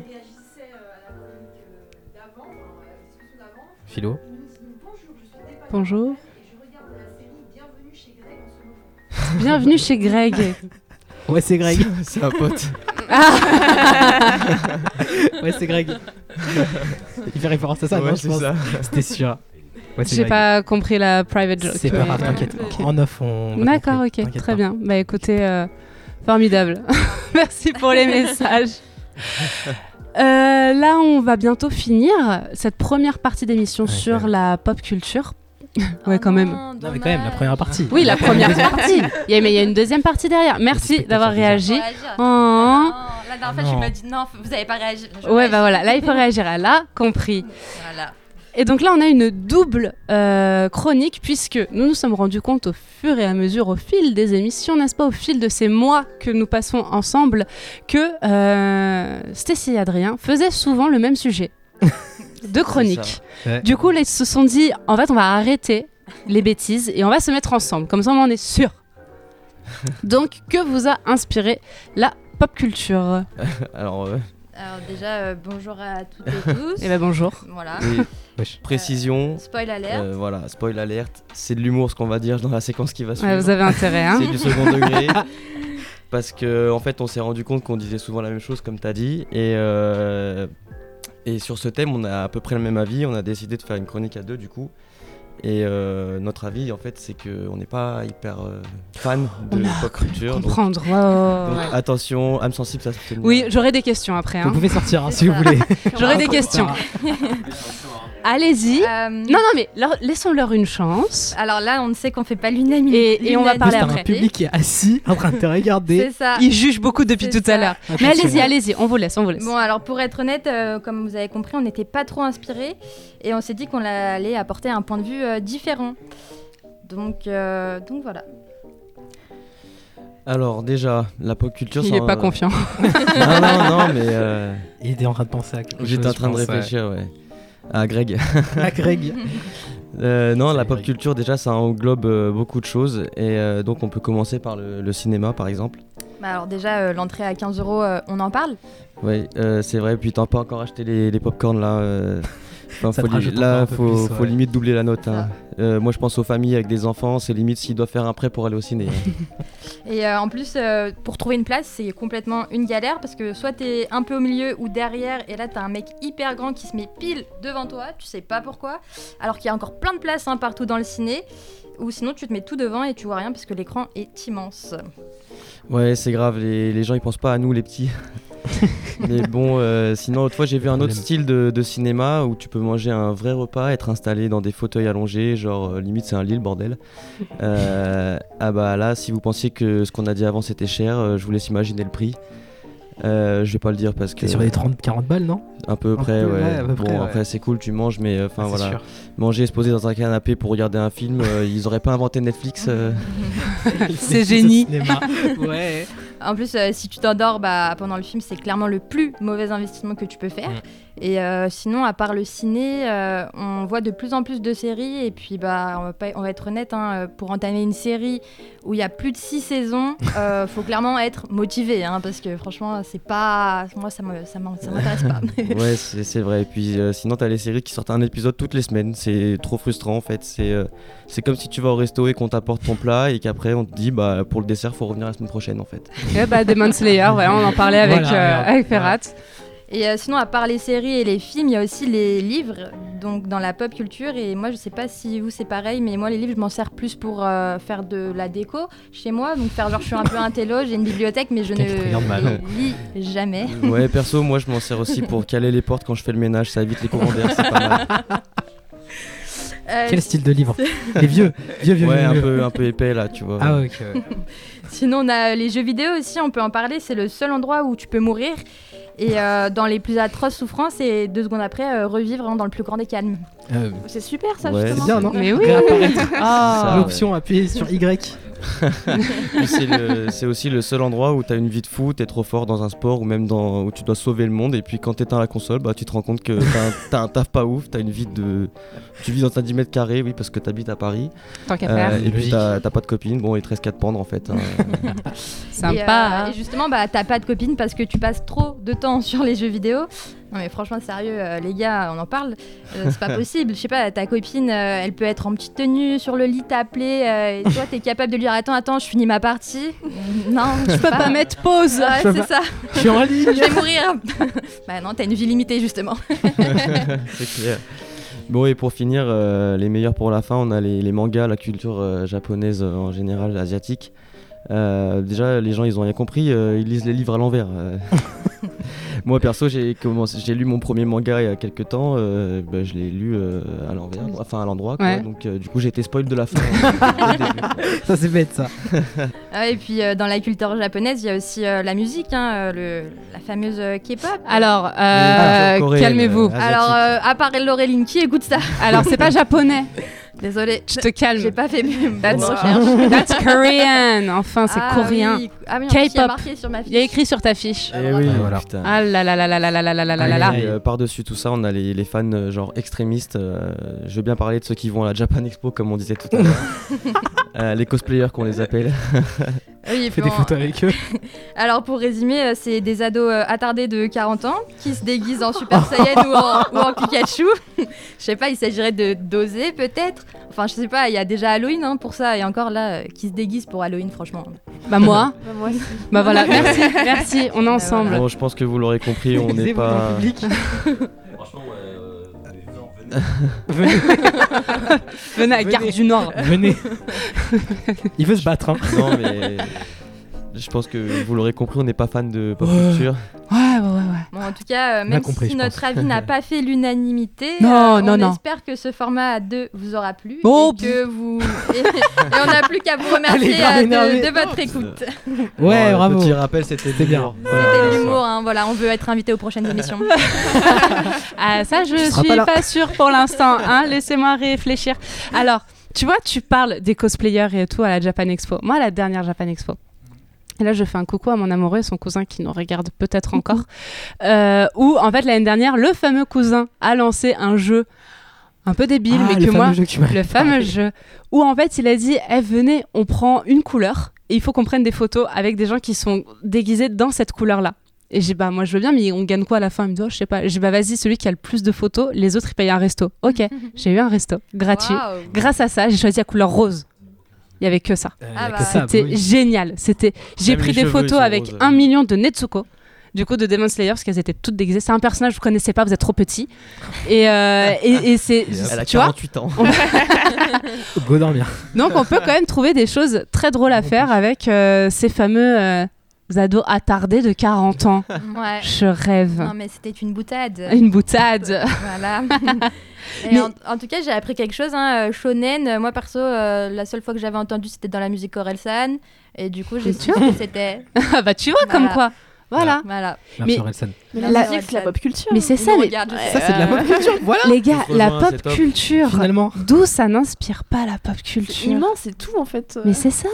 H: Philo.
A: Bonjour. Bienvenue chez Greg.
H: Ouais, c'est Greg.
B: *laughs* C'est un pote.
H: Ouais, c'est Greg. *laughs* Il fait référence à ça, non,
B: ouais,
H: je
B: c'est
H: pense.
B: ça.
H: C'était sûr. Ouais, *laughs* c'est
A: J'ai
H: Greg.
A: pas compris la private joke.
H: C'est pas
A: mais-
H: grave, t'inquiète.
A: Ok.
H: En off, on. va
A: D'accord,
H: couper,
A: ok,
H: t'inquiète
A: très
H: pas.
A: bien. Bah écoutez, euh, formidable. *laughs* Merci pour
H: *laughs*
A: les messages. Euh, là, on va bientôt finir cette première partie d'émission
H: Ouais, quand
A: sur
H: même.
A: la pop culture. ouais, quand même.
H: Non, mais quand même, la première partie.
A: Oui, la *laughs* première partie. Il y a- mais il y a une deuxième partie derrière. Merci
H: spectateurs
A: d'avoir
H: bizarres.
A: réagi.
G: La
A: Oh.
G: Ah dernière fois,
H: Ah Non.
G: je me dis non, vous avez pas réagi. Je
A: Ouais,
G: réagis.
A: bah voilà, là il faut réagir, elle a compris.
G: Voilà.
A: Et donc là, on a une double euh, chronique, puisque nous nous sommes rendus compte au fur et à mesure, au fil des émissions, n'est-ce pas, au fil de ces mois que nous passons ensemble, que euh, Stécie et Adrien faisaient souvent le
B: *laughs*
A: même sujet de chronique.
H: ça. Ouais.
A: Du coup, là, ils se sont dit, en fait, on va arrêter les bêtises et on va se mettre ensemble, comme ça on en
B: *laughs*
A: est sûr. Donc, que vous a inspiré la pop culture
B: Alors, euh,
G: Alors déjà, euh, bonjour à
H: *laughs*
G: toutes et tous.
A: Eh ben bonjour.
G: Voilà.
H: Euh,
B: *laughs* oui,
H: Wesh.
B: Euh, précision.
G: Spoil alert.
B: euh, voilà, spoil alerte. C'est de l'humour ce qu'on va dire dans la séquence qui va suivre.
A: Ouais, vous avez intérêt, hein
B: C'est du second
A: *laughs*
B: degré. Parce que en fait, on s'est rendu compte qu'on disait souvent la même chose, comme t'as dit, et euh, et sur ce thème, on a à peu près le même avis. On a décidé de faire une chronique à deux, du coup. Et euh, notre avis, en fait, c'est que on n'est pas hyper euh, fan de
A: On a
B: pop culture. donc-
A: Comprendre. wow.
B: donc attention, âme sensible, ça se
A: Oui, j'aurai des questions après.
H: Vous
A: Hein.
H: pouvez sortir hein, si vous voulez.
A: *laughs* J'aurai des questions. hein. Allez-y.
G: Euh,
A: Non, non, mais leur- laissons-leur une chance.
G: Alors là, on sait qu'on fait pas l'unanimité.
A: Et- et on
G: l'unanimité.
A: va
H: Nous,
A: parler
H: t'as
A: après.
H: un public qui est assis en train de te regarder.
G: C'est ça.
A: Ils jugent beaucoup depuis
G: Ah. C'est
A: tout à
G: ça.
A: l'heure. Mais allez-y, allez-y, on vous laisse, on vous laisse.
G: Bon, alors pour être honnête, euh, comme vous avez compris, on n'était pas trop inspirés et on s'est dit qu'on allait apporter un point de vue euh, différent. Donc, euh, donc voilà.
B: Alors déjà, la pop culture...
A: Il
B: c'est
A: est
B: un-
A: pas *laughs* confiant.
B: Non, non, non, mais euh,
H: Il était en train de penser à quelque chose,
B: j'étais en
H: je
B: train de
H: pense, ouais.
B: réfléchir, ouais. À Greg. *laughs*
H: À
A: *laughs*
H: Greg.
B: Euh, non,
H: C'est
B: la pop
H: Greg.
B: culture, déjà, ça englobe euh, beaucoup de choses. Et euh, donc, on peut commencer par le, le cinéma, par exemple.
G: Bah alors déjà, euh, l'entrée à 15 euros, euh, on en parle
B: Oui, euh, c'est vrai. Puis, t'as pas encore acheté les, les popcorn là.
H: *laughs*
B: euh, enfin,
H: Ça
B: faut
H: te
B: li-
H: rajoute encore
B: là,
H: un peu
B: faut,
H: plus,
B: faut
H: ouais.
B: limite doubler la note. hein.
G: Ah.
B: Euh, moi, je pense aux familles avec des enfants. C'est limite s'ils doivent faire un prêt pour aller au ciné. hein.
G: Et euh, en plus, euh, pour trouver une place, c'est complètement une galère parce que soit t'es un peu au milieu ou derrière, et là t'as un mec hyper grand qui se met pile devant toi, tu sais pas pourquoi, alors qu'il y a encore plein de places hein, partout dans le ciné. Ou sinon, tu te mets tout devant et tu vois rien parce que l'écran est immense.
B: ouais, c'est grave. Les, les gens, ils pensent pas à nous, les petits. Mais bon, euh, sinon, autrefois, j'ai vu un autre
H: Problème.
B: style de, de cinéma où tu peux manger un vrai repas, être installé dans des fauteuils allongés, genre euh, limite, c'est un lit, le bordel. Euh, ah bah là, si vous pensiez que ce qu'on a dit avant c'était cher, euh, je vous laisse imaginer le prix. Euh, je vais pas le dire parce que.
H: T'es sur les 30-40 balles, non
B: Un peu
H: Un
B: près,
H: peu,
B: ouais.
H: ouais, à peu
B: bon,
H: près, ouais.
B: après, c'est cool, tu manges, mais euh, enfin
H: Ah, c'est
B: voilà.
H: sûr.
B: Manger, se poser dans un canapé pour regarder un film, euh, ils auraient pas inventé Netflix. euh.
A: C'est génie. *laughs*
H: ouais.
G: En plus, euh, si tu t'endors bah, pendant le film, c'est clairement le plus mauvais investissement que tu peux faire.
H: Mm.
G: Et euh, sinon, à part le ciné, euh, on voit de plus en plus de séries. Et puis, bah, on, va pas- on va être honnête, hein, euh, pour entamer une série où il y a plus de 6 saisons, euh, faut clairement être motivé. hein, parce que franchement, c'est pas. Moi, ça me- ça m'en- ça m'intéresse pas.
B: *laughs*
H: *laughs*
B: ouais, c'est c'est vrai. Et puis euh, sinon, t'as les séries qui sortent un épisode toutes les semaines. C'est trop frustrant en fait. C'est euh, c'est comme si tu vas au resto et qu'on t'apporte ton plat et qu'après on te dit, bah pour le dessert, faut revenir la semaine prochaine en fait.
A: Ouais, bah, Demon Slayer, voilà, on en parlait avec,
H: Voilà,
A: euh,
H: regarde.
A: avec Ferrat.
G: Et euh, sinon, à part les séries et les films, il y a aussi les livres, donc dans la pop culture. Et moi, je sais pas si vous c'est pareil, mais moi, les livres, je m'en sers plus pour euh, faire de la déco chez moi. Donc, faire genre, je suis un peu un télo, j'ai une bibliothèque, mais je ne
H: Quelqu'un qui te regarde mal.
G: lis
H: *laughs*
G: jamais.
B: ouais, perso, moi je m'en sers aussi pour caler les portes quand je fais le ménage. Ça évite les courants d'air, c'est pas mal.
G: Euh,
H: Quel style de livre Les vieux. Vieux, *laughs* vieux,
B: Ouais,
H: vieux,
B: un
H: vieux.
B: peu, un peu épais là, tu vois.
H: Ah, ouais, ok. ouais.
G: Sinon, on a les jeux vidéo aussi, on peut en parler. C'est le seul endroit où tu peux mourir. Et euh, dans les plus atroces souffrances, et deux secondes après, euh, revivre hein, dans le plus grand des calmes.
H: Euh,
E: C'est super ça,
B: Ouais,
E: justement.
H: c'est bien, non
A: Mais oui.
H: Réapparaître.
A: Ah,
B: Ça,
H: L'option appuyer sur Y.
B: Puis c'est le- c'est aussi le seul endroit où t'as une vie de fou, t'es trop fort dans un sport ou même dans, où tu dois sauver le monde. Et puis quand t'éteins la console, bah, tu te rends compte que t'as un, t'as un taf pas ouf, t'as une vie de. Tu vis dans ta 10 mètres carrés, oui, parce que t'habites à Paris.
A: Tant qu'à
B: Euh,
A: faire.
B: et puis
H: Logique.
B: t'as t'as pas de copine, bon, il te reste qu'à te pendre en fait. hein.
A: Sympa.
G: Et, euh,
A: hein.
G: Et justement, bah, t'as pas de copine parce que tu passes trop de temps sur les jeux vidéo. Non mais franchement, sérieux, euh, les gars, on en parle. Euh, c'est pas
A: *laughs*
G: possible. Je sais pas, ta copine, euh, elle peut être en petite tenue, sur le lit, t'appeler. euh, et toi, t'es capable de lui dire Attends, attends, je finis ma
A: *laughs*
G: partie. non,
A: Je peux pas mettre pause.
G: Ouais,
H: peux
G: c'est
H: pas-
A: *laughs*
G: ça,
H: Je suis en ligne.
G: je vais mourir. *laughs* bah non, t'as une vie limitée justement.
B: C'est clair. Bon, et pour finir, euh, les meilleurs pour la fin, on a les, les mangas, la culture euh, japonaise euh, en général, asiatique. Euh, déjà, les gens, ils ont rien compris, euh, ils lisent les livres à l'envers. euh. Moi, perso, j'ai commencé, j'ai lu mon premier manga il y a quelques temps, euh, bah, je l'ai lu euh, à l'envers, enfin à l'endroit, quoi.
A: Ouais.
B: donc euh, du coup, j'ai été spoil de la
A: *laughs*
B: fin. euh, dès le début.
H: Ça, c'est bête, ça.
G: Ah, et puis, euh, dans la culture japonaise, il y a aussi euh, la musique, hein, euh, le- la fameuse euh, K-pop.
A: Alors, euh,
B: Ah, coréenne,
A: *laughs* calmez-vous.
B: euh,
G: Alors, euh, à part Lorelin Linky, écoute ça. *laughs*
A: Alors, c'est pas japonais.
G: Désolée.
A: Je te calme.
G: J'ai pas fait mes
A: That's,
G: mes recherches.
A: *laughs* that's Korean. Enfin, Ah c'est
G: Ah
A: coréen.
G: oui. Ah oui, en plus, il y a
A: K-pop.
G: marqué sur ma fiche.
A: Il y a écrit sur ta fiche.
B: Eh oui,
H: Voilà.
B: putain.
A: Ah là là là là là là là là là là là là.
H: Aïe,
B: Et, euh, par-dessus tout ça, on a les, les fans euh, genre extrémistes. euh, je veux bien parler de ceux qui vont à la Japan Expo, comme on disait tout à l'heure.
A: *laughs*
B: Euh, les cosplayers qu'on les appelle.
G: Oui, et
H: Fais
G: puis
H: des
G: en-
H: photos avec eux.
G: Alors pour résumer, euh, c'est des ados euh, attardés de 40 ans qui se déguisent en
A: *laughs*
G: Super Saiyan ou, en, ou en Pikachu. *laughs* Je sais pas, il s'agirait de doser peut-être. Enfin, je sais pas, il y a déjà Halloween hein, pour ça et encore là, euh, qui se déguisent pour Halloween franchement.
A: Bah moi.
E: Bah, moi aussi.
A: Bah voilà. Merci, merci. On est ensemble.
B: Bon, je pense que vous l'aurez compris, on n'est
H: Lisez-vous dans
B: pas.
H: le *laughs* public.
C: Franchement, ouais. euh,
A: Venez à Gare du Nord.
H: Venez. Il veut se battre, hein.
B: Non, mais. Je pense que vous l'aurez compris, on n'est pas fan de pop culture.
A: Ouais ouais ouais ouais.
G: Bon, en tout cas, euh,
H: On a
G: même
H: compris,
G: si
H: je
G: notre avis n'a pas fait l'unanimité,
A: *laughs* Non,
G: euh,
A: non,
G: on
A: non.
G: espère que ce format à deux vous aura plu
A: Oh,
G: et que vous *laughs* et, et on n'a plus qu'à
A: *laughs*
G: vous remercier
H: Elle est grave
G: euh,
H: énervée.
G: de, de votre écoute.
H: *laughs* Ouais,
B: Non,
H: bravo.
B: Petit rappel, c'était
H: C'était bien.
B: dur.
G: C'était de l'humour, hein, voilà, on veut être invité aux prochaines émissions.
A: Ah ça je
H: seras
A: suis
H: pas
A: pas,
H: là.
A: sûre pour l'instant. Hein. Laissez-moi réfléchir. Alors tu vois tu parles des cosplayers et tout à la Japan Expo. Moi à la dernière Japan Expo. Et là, je fais un coucou à mon amoureux et son cousin qui nous regarde peut-être encore. Euh, où, en fait, l'année dernière, le fameux cousin a lancé un jeu un peu débile,
H: Ah,
A: mais
H: le
A: que moi,
H: fameux jeu que tu m'as-
A: le fameux jeu, où en fait, il a dit Eh, venez, on prend une couleur et il faut qu'on prenne des photos avec des gens qui sont déguisés dans cette couleur-là. Et j'ai dit, bah, moi je veux bien, mais on gagne quoi à la fin Il me dit, oh, je sais pas. J'ai dit, bah, vas-y, celui qui a le plus de photos, les autres ils payent un resto. Ok, j'ai eu un resto *laughs* gratuit.
G: Waouh.
A: Grâce à ça, j'ai choisi la couleur rose. Il y avait que ça.
G: Ah bah,
H: ça.
A: C'était
H: bah oui.
A: génial. C'était. J'ai
B: Même
A: pris
B: les
A: des
B: cheveux, ils
A: photos
B: sont
A: avec
B: roses.
A: un million de Netsuko. Du coup, de Demon Slayer, parce qu'elles étaient toutes déguisées. C'est un personnage que vous connaissez pas, vous êtes trop petit.
B: *laughs*
A: Et, euh, et, et c'est.
B: Elle a
A: Tu vois
B: 48 ans.
H: Go dormir.
A: Donc, on peut quand même trouver des choses très drôles à faire avec euh, ces fameux euh, ados attardés de 40 ans.
G: Ouais.
A: Je rêve.
G: Non, mais c'était une boutade.
A: Ah,
G: Euh,
A: Une boutade. *laughs*
G: Voilà. Et
A: Mais-
G: en, en tout cas, j'ai appris quelque chose. Hein, euh, shonen, euh, moi perso, euh, la seule fois que j'avais entendu, c'était dans la musique Orelsan. Et du coup, j'ai su que c'était.
A: Ah bah, tu vois, comme
G: Voilà.
A: quoi. Voilà.
G: Voilà.
H: Merci
A: Mais-
H: Orelsan.
E: Mais
G: La-
E: la musique, c'est la pop culture.
A: Mais c'est ça,
G: Nous,
A: les,
G: regarde, je sais
H: Ça, c'est de la pop culture. Voilà.
A: les gars,
B: On se
A: la
B: rejoint, c'est
A: pop
B: top.
A: culture.
H: Finalement.
A: D'où ça n'inspire pas la pop
E: C'est
A: culture
E: immense, c'est tout en fait.
A: Mais c'est ça.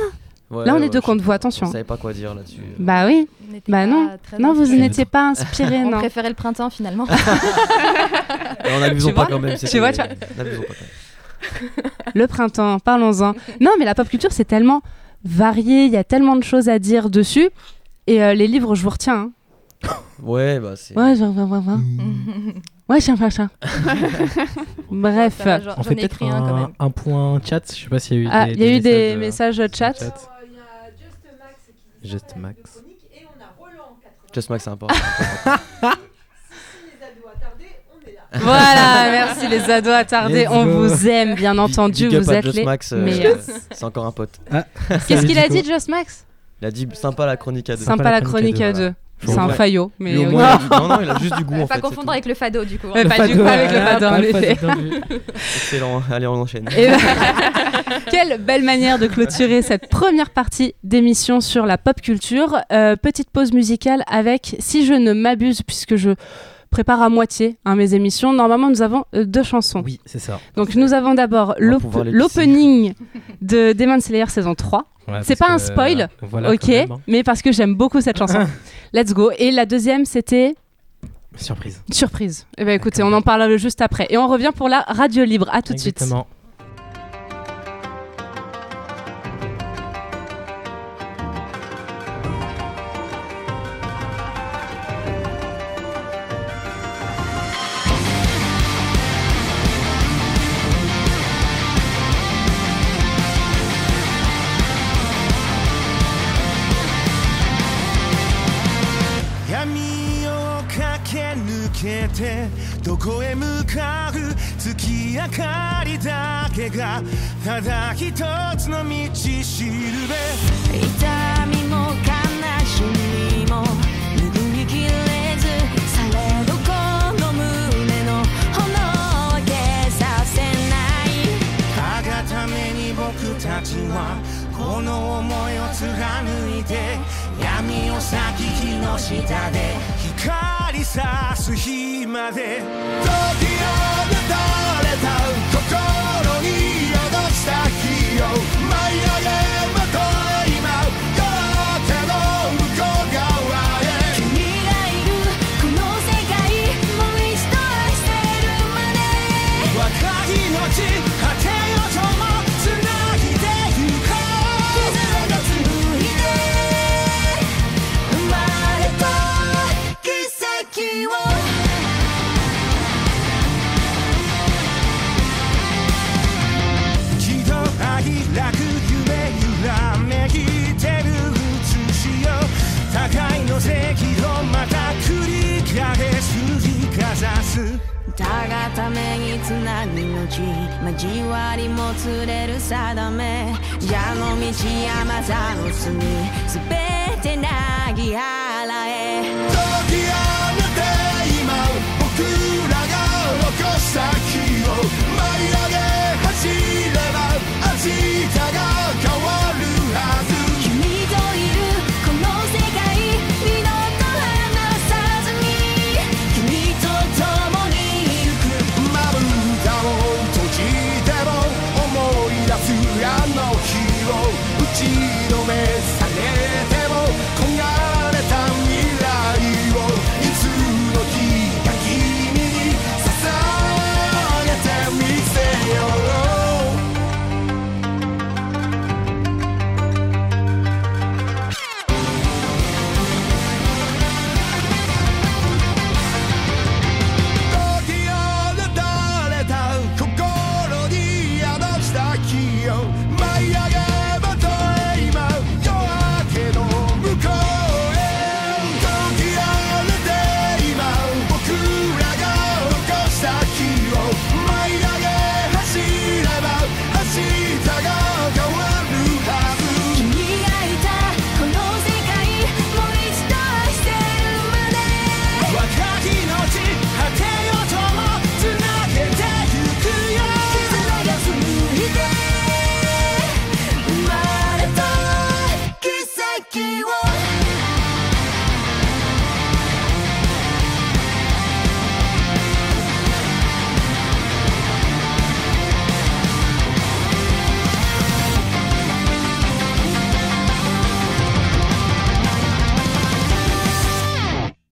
B: Ouais,
A: Là, on
B: ouais,
A: est deux
B: je-
A: contre vous,
B: Je
A: attention.
B: savais pas quoi dire là-dessus.
A: Bah oui.
G: on n'était pas
A: Bah non.
G: très
A: Non, vous
G: inspirés.
A: n'étiez pas inspiré,
G: On
A: non.
G: préférait le printemps
A: *laughs*
G: finalement.
B: Et on abusons
A: Tu
B: pas
A: vois
B: quand même.
A: Tu
B: c'était-
A: vois,
B: *laughs*
A: tu vois.
B: n'abusons pas quand même.
A: Le printemps, parlons-en. Non, mais la pop culture, c'est tellement varié, il y a tellement de choses à dire dessus. Et euh, les livres, je vous retiens. hein.
B: Ouais, bah c'est.
A: Ouais, genre, ouais, ouais, ouais. Ouais, chien, chien,
G: *laughs*
A: chien. Bref,
G: Ça va, j'en
H: On
G: j'en
H: fait
G: ai
H: peut-être
G: écrit un quand
H: un,
G: même.
H: un point chat. Je sais pas s'il y a eu
A: Ah,
H: des,
A: il y a eu des
H: euh,
A: messages
H: sur le
A: chat.
H: Just Max.
B: Just Max, c'est important.
A: Ah, *laughs* voilà, merci les ados attardés.
H: Let's
A: On
H: go.
A: vous aime, bien entendu.
B: Big up
A: Vous
B: à
A: êtes
B: Just
A: les.
B: Max, euh,
A: meilleurs.
B: c'est encore un pote.
A: Qu'est-ce
H: Salut,
A: qu'il a
H: Nico.
A: dit, Just Max
B: Il a dit sympa la chronique à deux.
A: Sympa la chronique à deux. C'est un
B: Ouais.
A: faillot, mais. euh,
B: Lui, au
A: ok. *laughs*
B: moins, il a- non, non, il a juste du goût en fait.
G: Pas
B: c'est
G: confondre
B: tout.
G: avec le fado du coup.
A: Ouais, pas du
H: fado.
A: tout avec le
H: Ah,
A: fado,
H: pas
A: en
H: le fado,
A: effet.
H: bien
A: *laughs*
H: vu.
B: Excellent, allez, on enchaîne.
A: Eh ben, quelle belle manière de clôturer cette première partie d'émission sur la pop culture. Euh, petite pause musicale avec, si je ne m'abuse, puisque je prépare à moitié hein, mes émissions, normalement nous avons euh, deux chansons.
H: Oui, c'est ça.
A: Donc nous avons d'abord
B: va
A: l'op-
B: pouvoir les
A: l'opening de Demon Slayer saison 3. C'est pas un spoil,
H: euh,
A: ok, mais parce que j'aime beaucoup
B: *laughs*
A: cette chanson. Let's go. Et la deuxième, c'était
H: Surprise.
A: Surprise. Eh ben écoutez, on en parle juste après. Et on revient pour la radio libre. À tout de suite.
H: Exactement.
I: 闇を駆け抜けてどこへ向かう月明かりだけがただ一つの道しるべ痛みも悲しみも拭いきれずされどこの胸の炎を消させない我がために僕たちはこの思いを貫いて闇を裂き火の下で光さす日まで解き放たれた心に宿した火を舞い上げまと今夜の向こう側へ君がいるこの世界もう一度愛せるまで若い命果てよとも繋いでゆこう傷がついて生まれた奇跡を喜怒哀楽夢揺らめきてる写しよ互いの席をまた繰り返す日かざす
J: たがためにつなぎのち交わりもつれる定めじゃの道山ざの隅すべてなぎ払え
I: 解き放て今僕らが起こした火を舞い上げ走れば明日が変わる